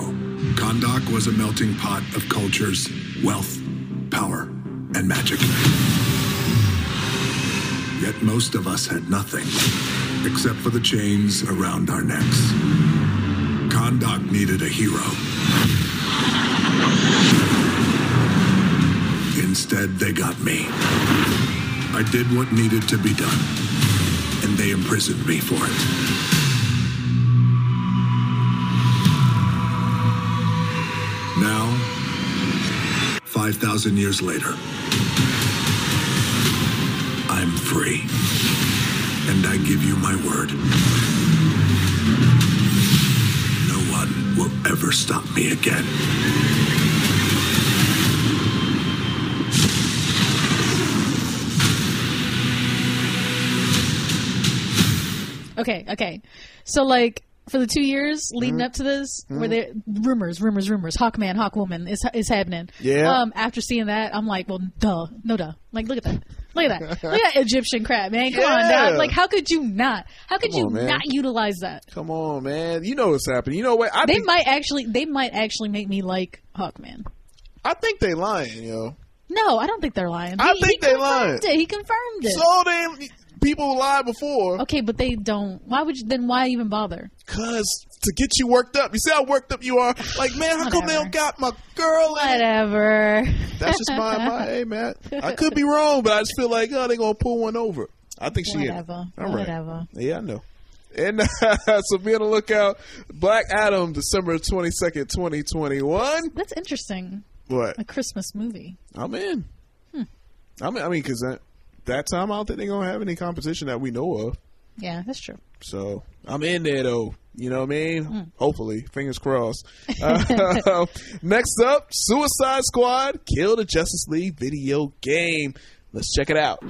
F: Kondak was a melting pot of cultures, wealth, power, and magic. Yet most of us had nothing, except for the chains around our necks. Kondak needed a hero. Instead, they got me. I did what needed to be done, and they imprisoned me for it. 5,000 years later, I'm free. And I give you my word. No one will ever stop me again.
E: Okay, okay. So like for the two years leading
D: Mm-hmm.
E: up to this, where there rumors, rumors, rumors, Hawkman, Hawkwoman is is happening.
D: Yeah.
E: Um, after seeing that, I'm like, well, duh, no duh. Like, look at that, look at that, look at that Egyptian crap, man. Come on,
D: Yeah.
E: dog. Like, how could you not? How could
D: Come
E: you
D: on, man.
E: not utilize that?
D: Come on, man. You know what's happening. You know what? I
E: They
D: think,
E: might actually, they might actually make me like Hawkman.
D: I think they lying, yo.
E: No, I don't think they're lying.
D: I think they
E: confirmed
D: lying.
E: It. He confirmed it.
D: So damn people lied before
E: okay, but they don't. Why would you? Then why even bother?
D: because to get you worked up. You see how worked up you are. Like, man, how come they
E: Whatever.
D: don't got my girl? in it?
E: Whatever.
D: That's just my, my hey, man. I could be wrong, but I just feel like oh, they gonna pull one over. I think she in it.
E: Whatever.
D: All right.
E: Whatever.
D: Yeah, I know. And so be on the lookout. Black Adam, December twenty second, twenty twenty one.
E: That's interesting.
D: What?
E: A Christmas movie.
D: I'm in.
E: Hmm.
D: I'm in. I mean, because that, that time I don't think they're gonna have any competition that we know of.
E: Yeah, that's true.
D: So I'm in there though. You know what I mean? Hopefully, fingers crossed. Uh, next up, Suicide Squad: Kill the Justice League video game. Let's check it out.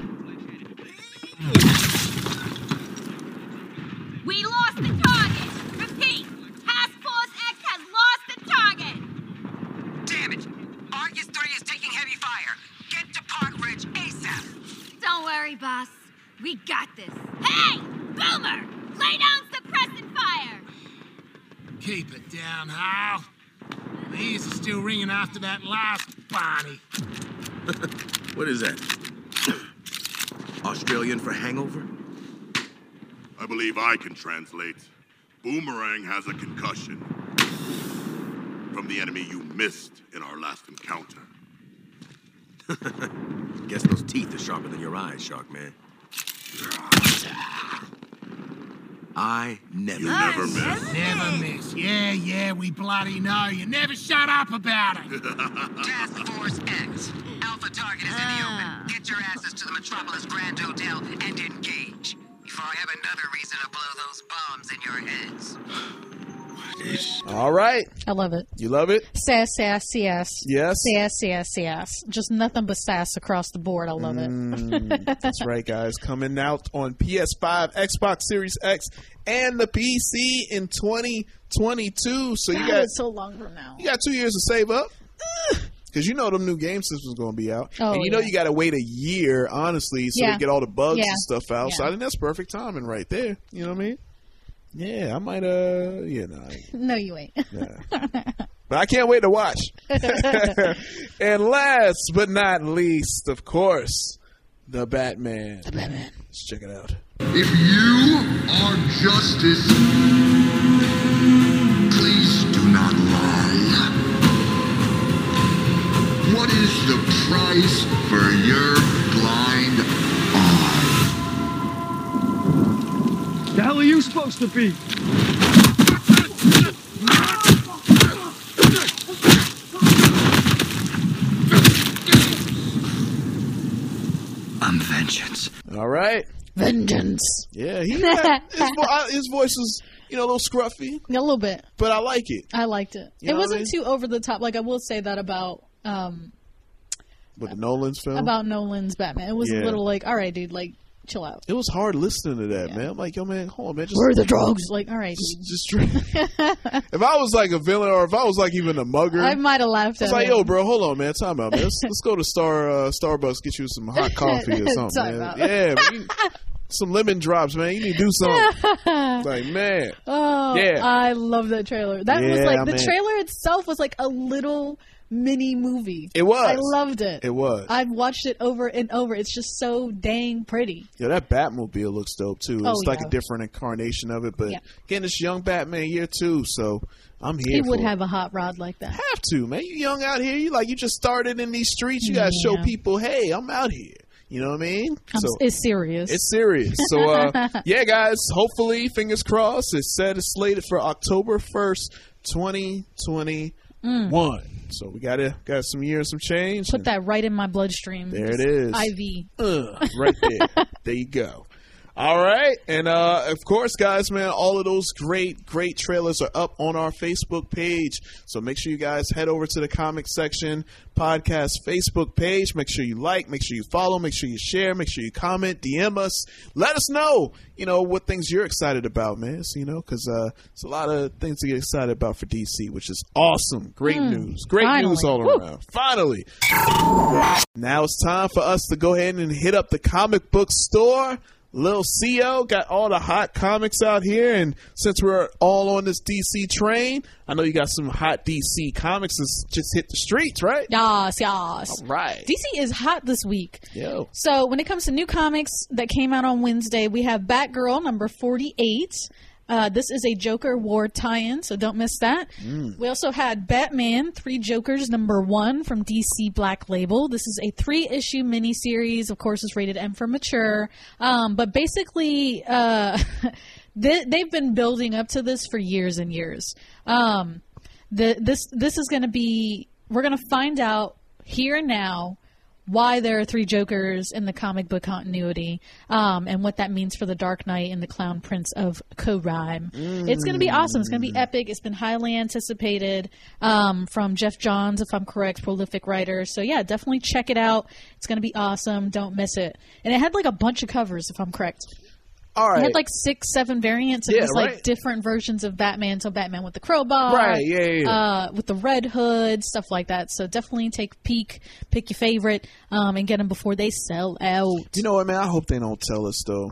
K: We lost the target! Repeat! Task Force X has lost the target! Damn it! Argus 3 is taking heavy fire! Get to Park Ridge ASAP! Don't worry, boss. We got this. Hey! Boomer! Lay down suppressant fire!
L: Keep it down, Hal. My ears are still ringing after that last Barney.
M: What is that? Australian for hangover?
N: I believe I can translate. Boomerang has a concussion from the enemy you missed in our last encounter.
M: Guess those teeth are sharper than your eyes, Shark Man. I never
L: You never miss. Never miss. Yeah, yeah, we bloody know. You never shut up about it.
K: Task Force X. Alpha target is in the open. Get your asses to the Metropolis Grand Hotel and engage. Before I have another reason to blow those bombs in your heads.
D: All right,
E: I love it.
D: you love it.
E: Sass, sass, sass.
D: Yes.
E: Sass, sass, sass. Just nothing but sass across the board. I love
D: Mm.
E: it.
D: That's right, guys. Coming out on PS5, Xbox Series X, and the PC in 2022. So you
E: God,
D: got
E: it's so long from now.
D: you got two years to save up. Because you know them new game systems going to be out,
E: Oh,
D: and you know
E: yeah.
D: you got to wait a year, honestly, so
E: Yeah.
D: they get all the bugs
E: Yeah.
D: and stuff out. So
E: Yeah.
D: I think that's perfect timing right there. You know what I mean? Yeah, I might. Uh, yeah, nah, I-
E: No, you ain't.
D: but I can't wait to watch. and last but not least, of course, the Batman. The Batman. Let's check it out.
O: If you are justice, please do not lie. What is the price for your blind eye?
P: The hell are you supposed to be?
M: I'm vengeance.
D: All right.
E: Vengeance.
D: Yeah, he got, his, vo- I- his voice is you know a little scruffy,
E: a little bit,
D: but I like it.
E: I liked it.
D: You
E: it
D: know what I
E: wasn't too over the top. Like I will say that about um
D: With the Nolan's film,
E: about Nolan's Batman. It was
D: Yeah.
E: a little like, all right, dude, like chill out.
D: it was hard listening to that man. I'm like, yo, man, hold on, man. Just,
E: Where are the drugs? Like, all right,
D: Just, just drink. if I was like a villain, or if I was like even a mugger,
E: I might have laughed
D: I
E: at
D: was like,
E: it.
D: yo, bro, hold on, man. Time out, man. Let's, let's go to Star uh, Starbucks, get you some hot coffee or something.
E: Time
D: man.
E: out.
D: Yeah, man, you- some lemon drops, man. You need to do something. like, man.
E: Oh,
D: Yeah.
E: I love that trailer. That was
D: Yeah,
E: like
D: I'm
E: the
D: in.
E: trailer itself was like a little mini movie.
D: It was.
E: I loved it.
D: It was.
E: I've watched it over and over. It's just so dang pretty.
D: Yo, that Batmobile looks dope too. It's
E: Oh,
D: like
E: yeah.
D: a different incarnation of it, but
E: Yeah.
D: getting this young Batman year two, so I'm here.
E: He would
D: for it.
E: have a hot rod like that.
D: have to, man. You young out here. You like you just started in these streets. You gotta show
E: Yeah.
D: people, hey, I'm out here. You know what I mean?
E: I'm s- it's serious.
D: It's serious. So uh, yeah, guys. Hopefully, fingers crossed. It's set. It's slated for October first, twenty twenty one. So we got to got some years, some change.
E: Mm. Put that right in my bloodstream.
D: There it is.
E: IV.
D: Ugh, right there. there you go. All right. And uh, of course, guys, man, all of those great, great trailers are up on our Facebook page. So make sure you guys head over to the comic section podcast Facebook page. Make sure you like, make sure you follow, make sure you share, make sure you comment, DM us. Let us know, you know, what things you're excited about, man. So, you know, because uh, it's a lot of things to get excited about for DC, which is awesome. Great
B: Mm,
D: news. Great
B: finally.
D: news all
B: Woo.
D: around. Finally. Now it's time for us to go ahead and hit up the comic book store. Lil CO got all the hot comics out here, and since we're all on this DC train, I know you got some hot DC comics that's just hit the streets, right?
E: Yas, yas.
D: All right.
E: DC is hot this week.
D: Yo.
E: So when it comes to new comics that came out on Wednesday, we have Batgirl number 48. Uh, this is a Joker War tie-in, so don't miss that.
K: Mm.
E: We also had Batman Three Jokers number one from DC Black Label. This is a three-issue miniseries. Of course, it's rated M for mature. Um, but basically, uh, they, they've been building up to this for years and years. Um, the, this this is going to be we're going to find out here and now why there are three Jokers in the comic book continuity, um, and what that means for the Dark Knight and the Clown Prince of Korime. It's going to be awesome. It's going to be epic. It's been highly anticipated um, from Jeff Johns, if I'm correct, prolific writer. So yeah, definitely check it out. It's going to be awesome. Don't miss it. And it had like a bunch of covers, if I'm correct.
D: All
E: It
D: right.
E: had like six, seven variants. and It
D: Yeah,
E: was like
D: right.
E: different versions of Batman. So Batman with the crowbar,
D: Right, yeah, yeah, yeah.
E: Uh, with the red hood, stuff like that. So definitely take a peek, pick your favorite, um, and get them before they sell out.
D: You know what, man? I hope they don't tell us though.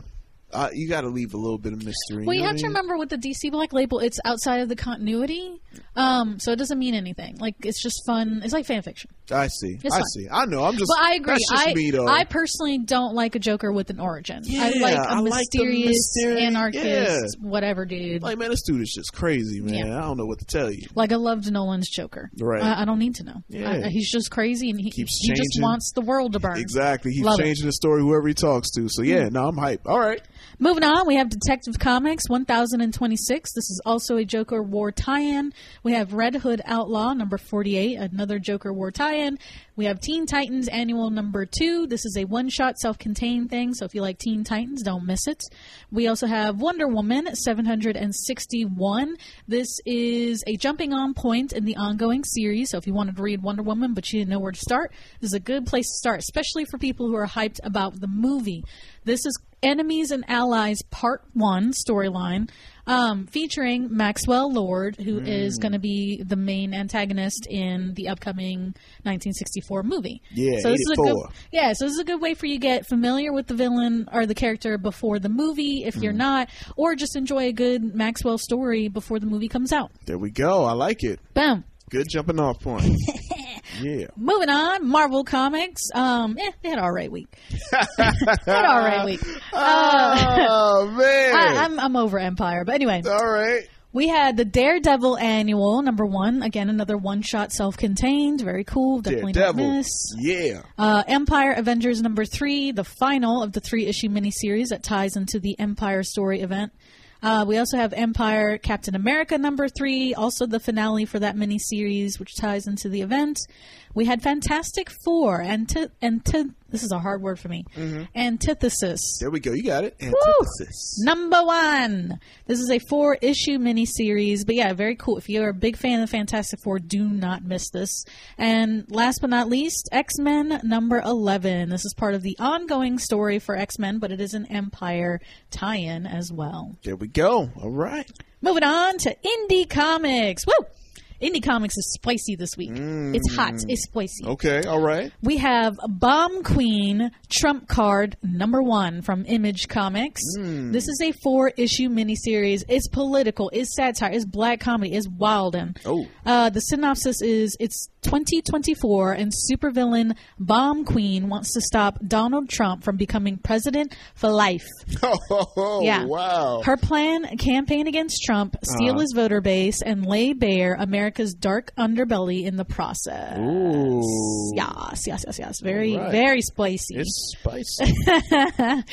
D: Uh, you got to leave a little bit of mystery.
E: Well,
D: you
E: you
D: know
E: have to
D: what I mean?
E: remember with the DC Black Label, it's outside of the continuity, um, so it doesn't mean anything. Like it's just fun. It's like fan fiction.
D: I see.
E: It's
D: I
E: fine.
D: see. I know. I'm just.
E: but I agree.
D: That's just
E: I
D: me though.
E: I personally don't like a Joker with an origin. I
D: Yeah,
E: like
D: I
E: a
D: like the
E: mysterious
D: mysteri-
E: anarchist,
D: yeah.
E: whatever dude.
D: like, man, this dude is just crazy, man.
E: Yeah.
D: I don't know what to tell you.
E: Like I loved Nolan's Joker.
D: Right.
E: I, I don't need to know.
D: Yeah.
E: I- I- he's just crazy and he
D: Keeps
E: he just
D: changing.
E: wants the world to burn.
D: Exactly. He's
E: Love it.
D: changing the story whoever he talks to. So yeah,
E: Mm.
D: no, I'm hype. All right.
E: Moving on, we have Detective Comics 1026. This is also a Joker War tie-in. We have Red Hood Outlaw number 48, another Joker War tie-in. We have Teen Titans Annual number 2. This is a one-shot self-contained thing, so if you like Teen Titans, don't miss it. We also have Wonder Woman 761. This is a jumping on point in the ongoing series, so if you wanted to read Wonder Woman but you didn't know where to start, this is a good place to start, especially for people who are hyped about the movie. This is Enemies and Allies Part 1 storyline um, featuring Maxwell Lord, who is
K: Mm.
E: going to be the main antagonist in the upcoming 1964 movie.
K: Yeah,
E: so this is a good,
K: 84.
E: yeah, so this is a good way for you to get familiar with the villain or the character before the movie if you're not, or just enjoy a good Maxwell story before the movie comes out.
D: There we go. I like it.
E: Boom.
D: Good jumping off point. yeah.
E: Moving on, Marvel Comics. Um, eh, they had an all right week. they had an all right week.
K: Oh, man.
E: I, I'm I'm over Empire, but anyway.
D: All right.
E: We had the Daredevil annual number one. Again, another one shot, self contained. Very cool. Definitely not
D: Daredevil.
E: miss.
D: Yeah.
E: Uh, Empire Avengers number three, the final of the three issue miniseries that ties into the Empire story event. Uh, we also have Empire Captain America number three, also the finale for that miniseries, which ties into the event. We had Fantastic Four, and to, and to, this is a hard word for me.
D: Mhm.
E: Antithesis.
D: There we go. You got it.
E: Woo!
D: Antithesis.
E: Number one. This is a four issue miniseries, but yeah, very cool. If you're a big fan of Fantastic Four, do not miss this. And last but not least, X Men number 11. This is part of the ongoing story for X Men, but it is an Empire tie in as well.
D: There we go. All right.
E: Moving on to Indie Comics. Woo! Indie Comics is spicy this week. It's hot. It's spicy.
D: Okay. All right.
E: We have Bomb Queen Trump Card number one from Image Comics.
D: Hmm.
E: This is a four issue miniseries. It's political, it's satire, it's black comedy, it's wildin'.
K: Oh.
E: Uh, the synopsis is it's 2024 and supervillain Bomb Queen wants to stop Donald Trump from becoming president for life.
D: Oh,
E: yeah.
D: wow.
E: Her plan campaign against Trump, steal
D: Uh-huh.
E: his voter base, and lay bare America. America's dark underbelly in the process.
D: Ooh.
E: Yes, yes, yes, yes. Very,
D: All right.
E: very spicy.
D: It's spicy.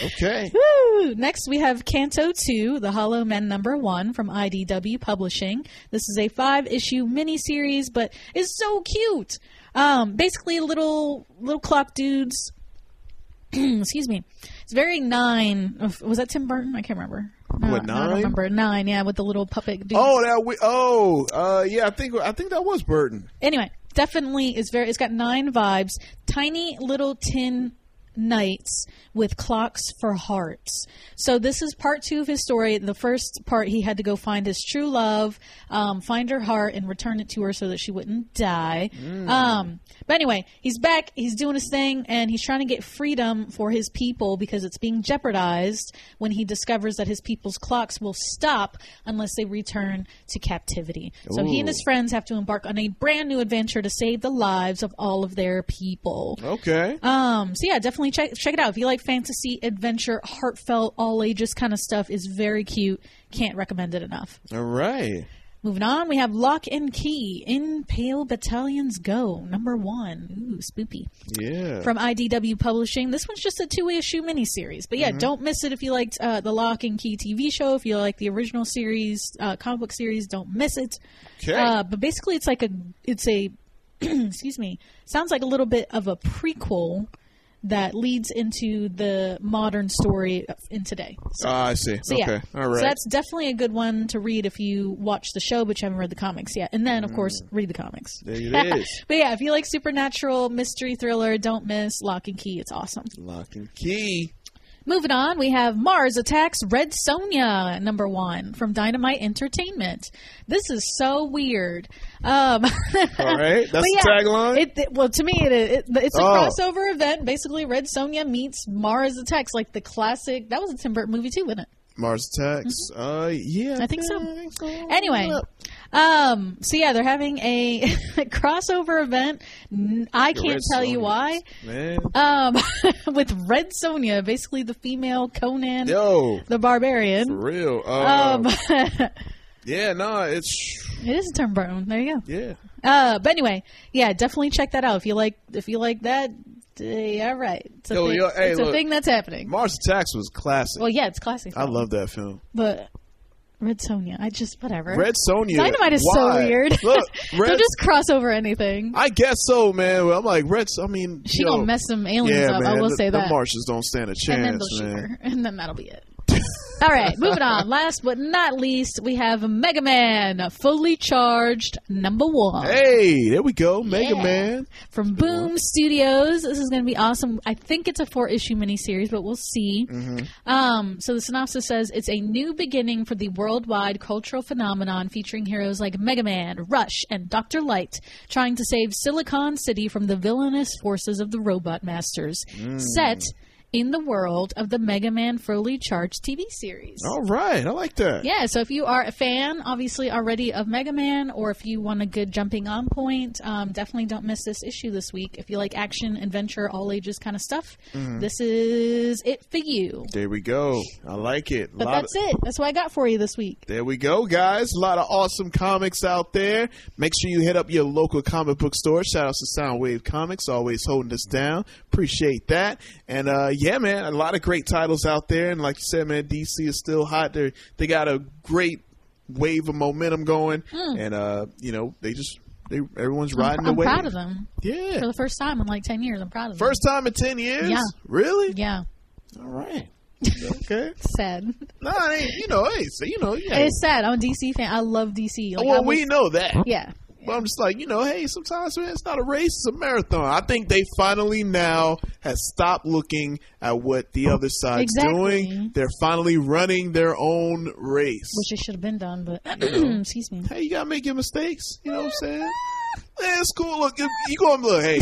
D: okay.
E: Woo! Next, we have Canto 2, The Hollow Men number 1 from IDW Publishing. This is a five issue miniseries, but it's so cute. Um, basically, little little clock dudes. excuse me. It's very nine. Was that Tim Burton? I can't remember. No,
D: What,
E: no, I
D: Nine?
E: don't remember. Nine, yeah, with the little puppet dudes.
D: Oh, that we. Oh, uh, yeah. I think I think that was Burton.
E: Anyway, definitely it's very it's got nine vibes. Tiny little tin knights with clocks for hearts. So this is part two of his story. The first part he had to go find his true love, um, find her heart and return it to her so that she wouldn't die. Um, but anyway, he's back, he's doing his thing and he's trying to get freedom for his people because it's being jeopardized when he discovers that his people's clocks will stop unless they return to captivity. So he and his
D: Ooh.
E: friends have to embark on a brand new adventure to save the lives of all of their people.
D: Okay.
E: Um, so yeah, definitely check check it out. If you like fantasy, adventure, heartfelt, all ages kind of stuff, is very cute. Can't recommend it enough.
D: All right.
E: Moving on, we have Lock and Key in Pale Battalions Go, number one. Ooh, spoopy.
D: Yeah.
E: From IDW Publishing. This one's just a two issue miniseries. But yeah,
D: Mhm.
E: don't miss it if you liked uh, the Lock and Key TV show, if you like the original series, uh, comic book series, don't miss it.
D: 'Kay.
E: Uh, but basically, it's like a, it's a, excuse me, sounds like a little bit of a prequel that leads into the modern story of- in today.
D: Ah, I see.
E: So,
D: okay.
E: yeah.
D: All right.
E: So that's definitely a good one to read if you watch the show but you haven't read the comics yet. And then, of course, read the comics.
D: Mm. There it is.
E: but yeah, if you like supernatural, mystery, thriller, don't miss Lock and Key. It's awesome.
D: Lock and key.
E: Moving on, we have Mars Attacks Red Sonia, number one, from Dynamite Entertainment. This is so weird. Um,
D: All right. That's the tagline?
E: It, it- well, to me, it, it, it's a
D: Oh.
E: crossover event. Basically, Red Sonia meets Mars Attacks, like the classic. That was a Tim Burton movie, too, wasn't it?
D: Mars attacks. Uh, yeah.
E: Mm-hmm. I think so.
D: Mm-hmm.
E: Anyway, um, so yeah, they're having a crossover event. N- I
D: The
E: can't
D: Red
E: tell you why.
D: Man.
E: Um, with Red Sonia, basically the female Conan
D: Yo.
E: the Barbarian.
D: For real. Uh,
E: Um, it
D: yeah. No. it's.
E: is Tim Burton. There you go.
D: Yeah.
E: Uh, but anyway, yeah, definitely check that out if you like. If you like that, uh, all right. It's a,
D: Yo,
E: thing,
D: yo, hey,
E: it's a
D: look.
E: thing that's happening.
D: Mars attacks was classic.
E: Well, yeah, it's classic.
D: I love that film.
E: But Red Sonia, I just whatever.
D: Red Sonja,
E: Dynamite is
D: why?
E: so weird.
D: Look, Red-
E: Don't just cross over anything.
D: I guess so, man. Well, I'm like Red. I mean,
E: She
D: yo,
E: gonna mess some aliens
D: yeah,
E: up.
D: Man,
E: I will
D: the,
E: say
D: the
E: that.
D: Martians don't stand a
E: and then
D: chance,
E: they'll shoot
D: man.
E: her, and then that'll be it. All right, moving on. Last but not least, we have Mega Man, fully charged number one.
D: Hey, there we go, Mega
E: Yeah.
D: Man.
E: From Boom Studios. This is going to be awesome. I think it's a four issue miniseries, but we'll see. Um, so the synopsis says it's a new beginning for the worldwide cultural phenomenon featuring heroes like Mega Man, Rush, and Dr. Light trying to save Silicon City from the villainous forces of the Robot Masters.
D: Mm.
E: Set in the world of the Mega Man Fully Charged TV series.
D: All right, I like that.
E: Yeah, so if you are a fan, obviously already of Mega Man, or if you want a good jumping on point, um, definitely don't miss this issue this week. If you like action, adventure, all ages kind of stuff,
D: Mhm.
E: this is it for you.
D: There we go. I like it.
E: But
D: Lot
E: that's
D: of-
E: it. That's what I got for you this week.
D: There we go, guys. A lot of awesome comics out there. Make sure you hit up your local comic book store. Shout out to Soundwave Comics, always holding us down. Appreciate that. And uh, yeah, man, a lot of great titles out there. And like you said, man, DC is still hot. They they got a great wave of momentum going, and uh, you know they just they everyone's riding
E: Hmm. I'm,
D: the
E: I'm
D: wave.
E: proud of them.
D: Yeah.
E: For the first time in like 10 years, I'm proud of them.
D: First time in ten years.
E: Yeah.
D: Really?
E: Yeah.
D: All right. Okay.
E: Sad.
D: No, it ain't, you know, hey, so you know, yeah.
E: It's sad. I'm a DC fan. I love DC. Like, I
D: well,
E: was-
D: we know that.
E: Yeah.
D: But I'm just like, you know, hey, sometimes man, it's not a race, it's a marathon. I think they finally now have stopped looking at what the other side's
E: Exactly.
D: doing. They're finally running their own race.
E: Which it should have been done, but
D: know.
E: excuse me.
D: Hey, you gotta make your mistakes. You know what I'm saying? Yeah, it's cool. Look, you, you going look. Hey,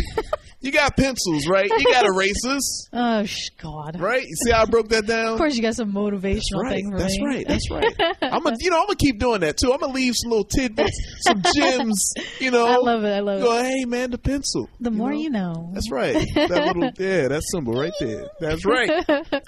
D: You got pencils, right? You got erasers.
E: oh sh- God!
D: Right? You see how I broke that down?
E: Of course, you got some motivational
D: right.
E: thing. For
D: That's
E: me.
D: right. That's right. I'm gonna, you know, I'm gonna keep doing that too. I'm gonna leave some little tidbits, some gems. You know,
E: I love it. I love
D: Go,
E: it.
D: hey man, the pencil.
E: The more you know.
D: That's right. That little yeah, that symbol right there. That's right.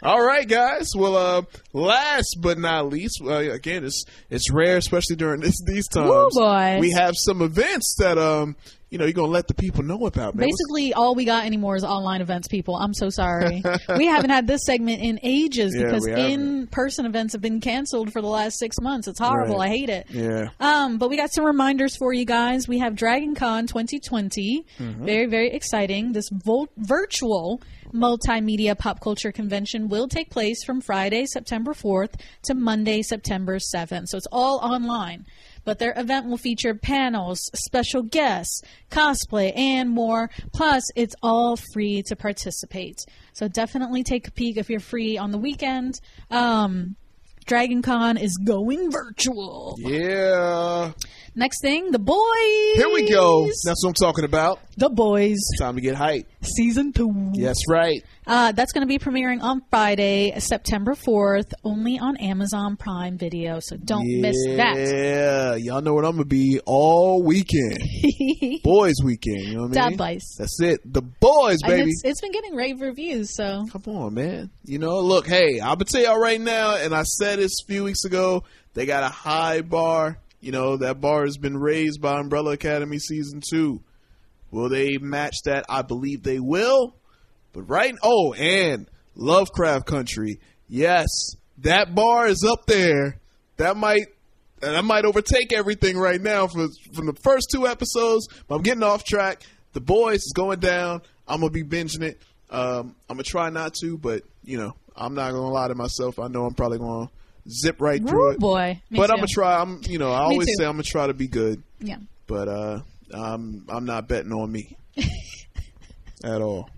D: All right, guys. Well, uh, last but not least, uh, again, it's it's rare, especially during this, these times.
E: Woo, boy.
D: We have some events that um, you know, you're gonna let the people know about. Man. What's-
E: Basically, all we got anymore is online events, people. I'm so sorry. we haven't had this segment in ages
D: Yeah,
E: because
D: we haven't.
E: in person events have been canceled for the last six months. It's horrible.
D: Right.
E: I hate it.
D: Yeah.
E: Um, but we got some reminders for you guys. We have Dragon Con 2020.
Q: Mhm.
E: Very, very exciting. This vol- virtual multimedia pop culture convention will take place from Friday, September 4th to Monday, September 7th. So it's all online. But their event will feature panels, special guests, cosplay, and more. Plus, it's all free to participate. So definitely take a peek if you're free on the weekend. Um, Dragon Con is going virtual.
D: Yeah.
E: Next thing, the boys.
D: Here we go. That's what I'm talking about.
E: The boys.
D: Time to get hype.
E: Season two.
D: Yes, right.
E: Uh, that's going to be premiering on Friday, September 4th, only on Amazon Prime Video. So don't miss that.
D: Yeah, y'all know what I'm gonna be all weekend. boys weekend, you know what I
E: Dad
D: mean?
E: boys.
D: That's it. The boys,
E: And
D: baby.
E: it's, it's been getting rave reviews, so.
D: Come on, man. You know, look, hey, I'm gonna tell y'all right now, and I said this a few weeks ago. They got a high bar. You know that bar has been raised by Umbrella Academy season two. Will they match that? I believe they will. But right, oh, and Lovecraft Country, yes, that bar is up there. That might. And I might overtake everything right now for, from the first two episodes. But I'm getting off track. The boys is going down. I'm gonna be binging it. Um, I'm gonna try not to, but you know, I'm not gonna lie to myself. I know I'm probably gonna zip right through
E: Rude
D: it.
E: boy. Me
D: but
E: too.
D: I'm gonna try. I'm you know, I
E: Me
D: always
E: too.
D: say I'm gonna try to be good,
E: Yeah.
D: but uh, I'm I'm not betting on me at all.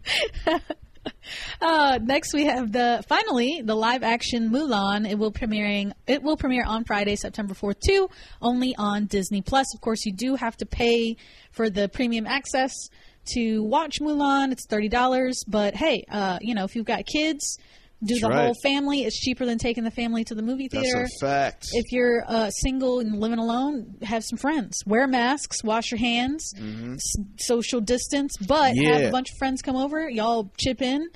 E: Uh, next we have the finally the live action Mulan. It will premiering it will premiere on Friday, September fourth too, only on Disney Plus. Of course, you do have to pay for the premium access to watch Mulan. It's thirty dollars, but hey, uh, you know if you've got kids, do
D: That's
E: the
D: right.
E: whole family. It's cheaper than taking the family to the movie
D: That's
E: theater.
D: a fact.
E: If you're uh, single and living alone, have some friends. Wear masks, wash your hands,
D: Mhm.
E: s- social distance, but have
D: Yeah.
E: a bunch of friends come over. Y'all chip in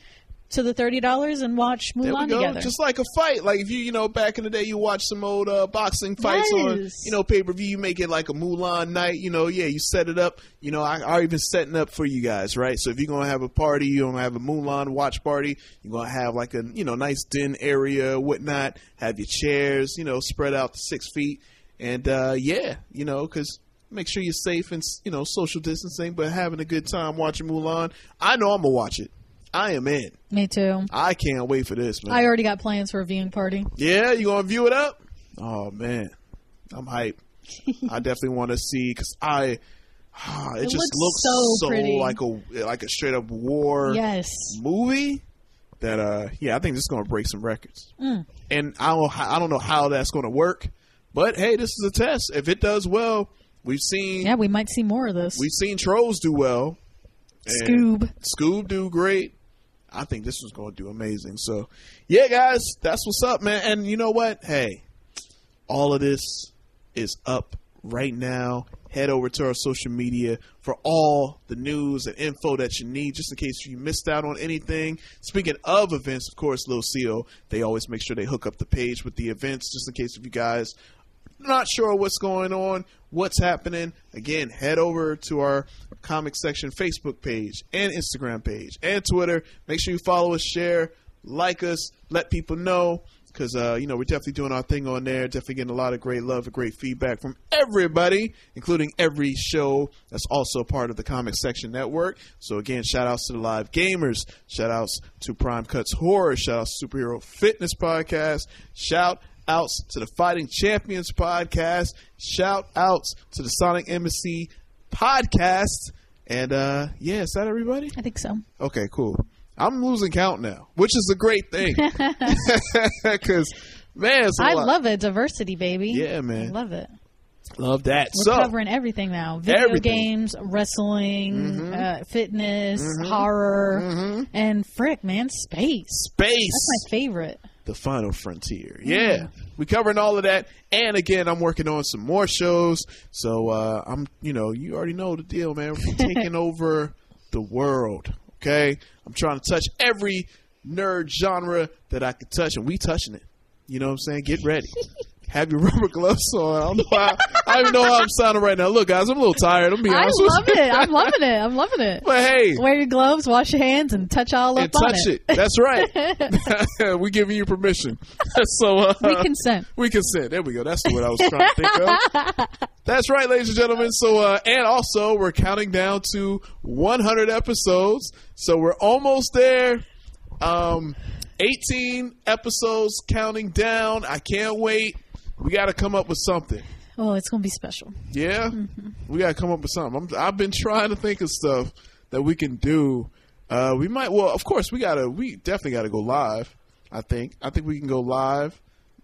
E: to the thirty dollars and watch
D: There we
E: Mulan
D: go.
E: together.
D: Just like a fight. Like if you, you know, back in the day, you watch some old uh, boxing fights on,
E: Yes.
D: you know, pay per view. You make it like a Mulan night. You know, yeah, you set it up. You know, I, I even setting up for you guys, right? So if you're gonna have a party, you're gonna have a Mulan watch party. You're gonna have like a you know nice den area, whatnot. Have your chairs, you know, spread out to six feet, and uh, yeah, you know, because. Make sure you're safe and you know social distancing, but having a good time watching Mulan. I know I'm gonna watch it. I am in.
E: Me too.
D: I can't wait for this, man.
E: I already got plans for a viewing party.
D: Yeah, you gonna view it up? Oh man, I'm hype. I definitely want to see because I. ah, it,
E: It
D: just
E: looks
D: looks,
E: so
D: so,
E: pretty.
D: like a like a straight up war
E: Yes.
D: movie that uh yeah I think this is gonna break some records
E: Mm.
D: and I don't I don't know how that's gonna work but hey this is a test if it does well we've seen
E: Yeah, we might see more of this.
D: we've seen trolls do well and
E: Scoob.
D: Scoob do great. I think this one's going to do amazing. So, yeah, guys, that's what's up, man. And you know what? Hey, all of this is up right now. Head over to our social media for all the news and info that you need, just in case you missed out on anything. Speaking of events, of course, Lil Seal, they always make sure they hook up the page with the events, just in case if you guys not sure what's going on, what's happening, again, head over to our comic section Facebook page and Instagram page and Twitter. Make sure you follow us, share, like us, let people know. Because, uh, you know, we're definitely doing our thing on there. Definitely getting a lot of great love and great feedback from everybody, including every show that's also part of the Comic Section Network. So, again, shout outs to the Live Gamers. Shout outs to Prime Cuts Horror. Shout outs to Superhero Fitness Podcast. Shout outs to the Fighting Champions podcast. Shout outs to the Sonic MC podcast. And uh yeah, is that everybody?
E: I think so.
D: Okay, cool. I'm losing count now, which is a great thing. Because man, it's a
E: I
D: lot.
E: love it. Diversity, baby.
D: Yeah, man.
E: I love it.
D: Love that.
E: We're
D: so,
E: covering everything now: video
D: Everything. Mm-hmm.
E: games, wrestling, uh, fitness,
D: Mhm.
E: horror,
D: Mm-hmm.
E: and frick, man, space.
D: Space.
E: That's my favorite.
D: the final frontier.
E: Mm-hmm.
D: Yeah, we covering all of that. And again, I'm working on some more shows. So uh, I'm, you know, you already know the deal, man. We're taking over the world. Okay, I'm trying to touch every nerd genre that I could touch, and we touching it. You know what I'm saying? Get ready. Have your rubber gloves on. I don't know how, I don't even know how I'm sounding right now. Look, guys, I'm a little tired. I'm gonna be
E: I
D: honest.
E: love
D: with you.
E: it. I'm loving it. I'm loving it.
D: But hey.
E: wear your gloves, wash your hands, and touch all up
D: and
E: on
D: touch it. That's right. we giving you permission. so uh,
E: We consent.
D: We consent. There we go. That's what I was trying to think of. That's right, ladies and gentlemen. So uh, and also we're counting down to 100 episodes. So we're almost there. Um, 18 episodes counting down. I can't wait. We got to come up with something.
E: Oh, it's gonna be special.
D: Yeah, we gotta come up with something. I'm, I've been trying to think of stuff that we can do. Uh, we might. Well, of course, we gotta. We definitely gotta go live. I think. I think we can go live.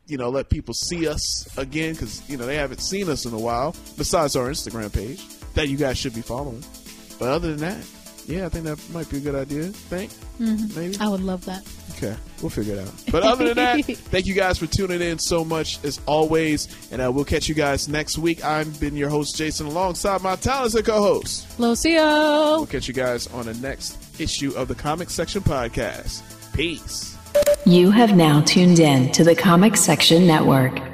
D: You know, let people see us again because you know they haven't seen us in a while. Besides our Instagram page that you guys should be following. But other than that, yeah, I think that might be a good idea. Think.
E: Mhm.
D: Maybe.
E: I would love that.
D: Okay, we'll figure it out. But other than that, thank you guys for tuning in so much as always, and uh, we'll catch you guys next week. I've been your host Jason, alongside my talented co-host.
E: Lucio.
D: We'll catch you guys on the next issue of the Comic Section Podcast. Peace.
A: You have now tuned in to the Comic Section Network.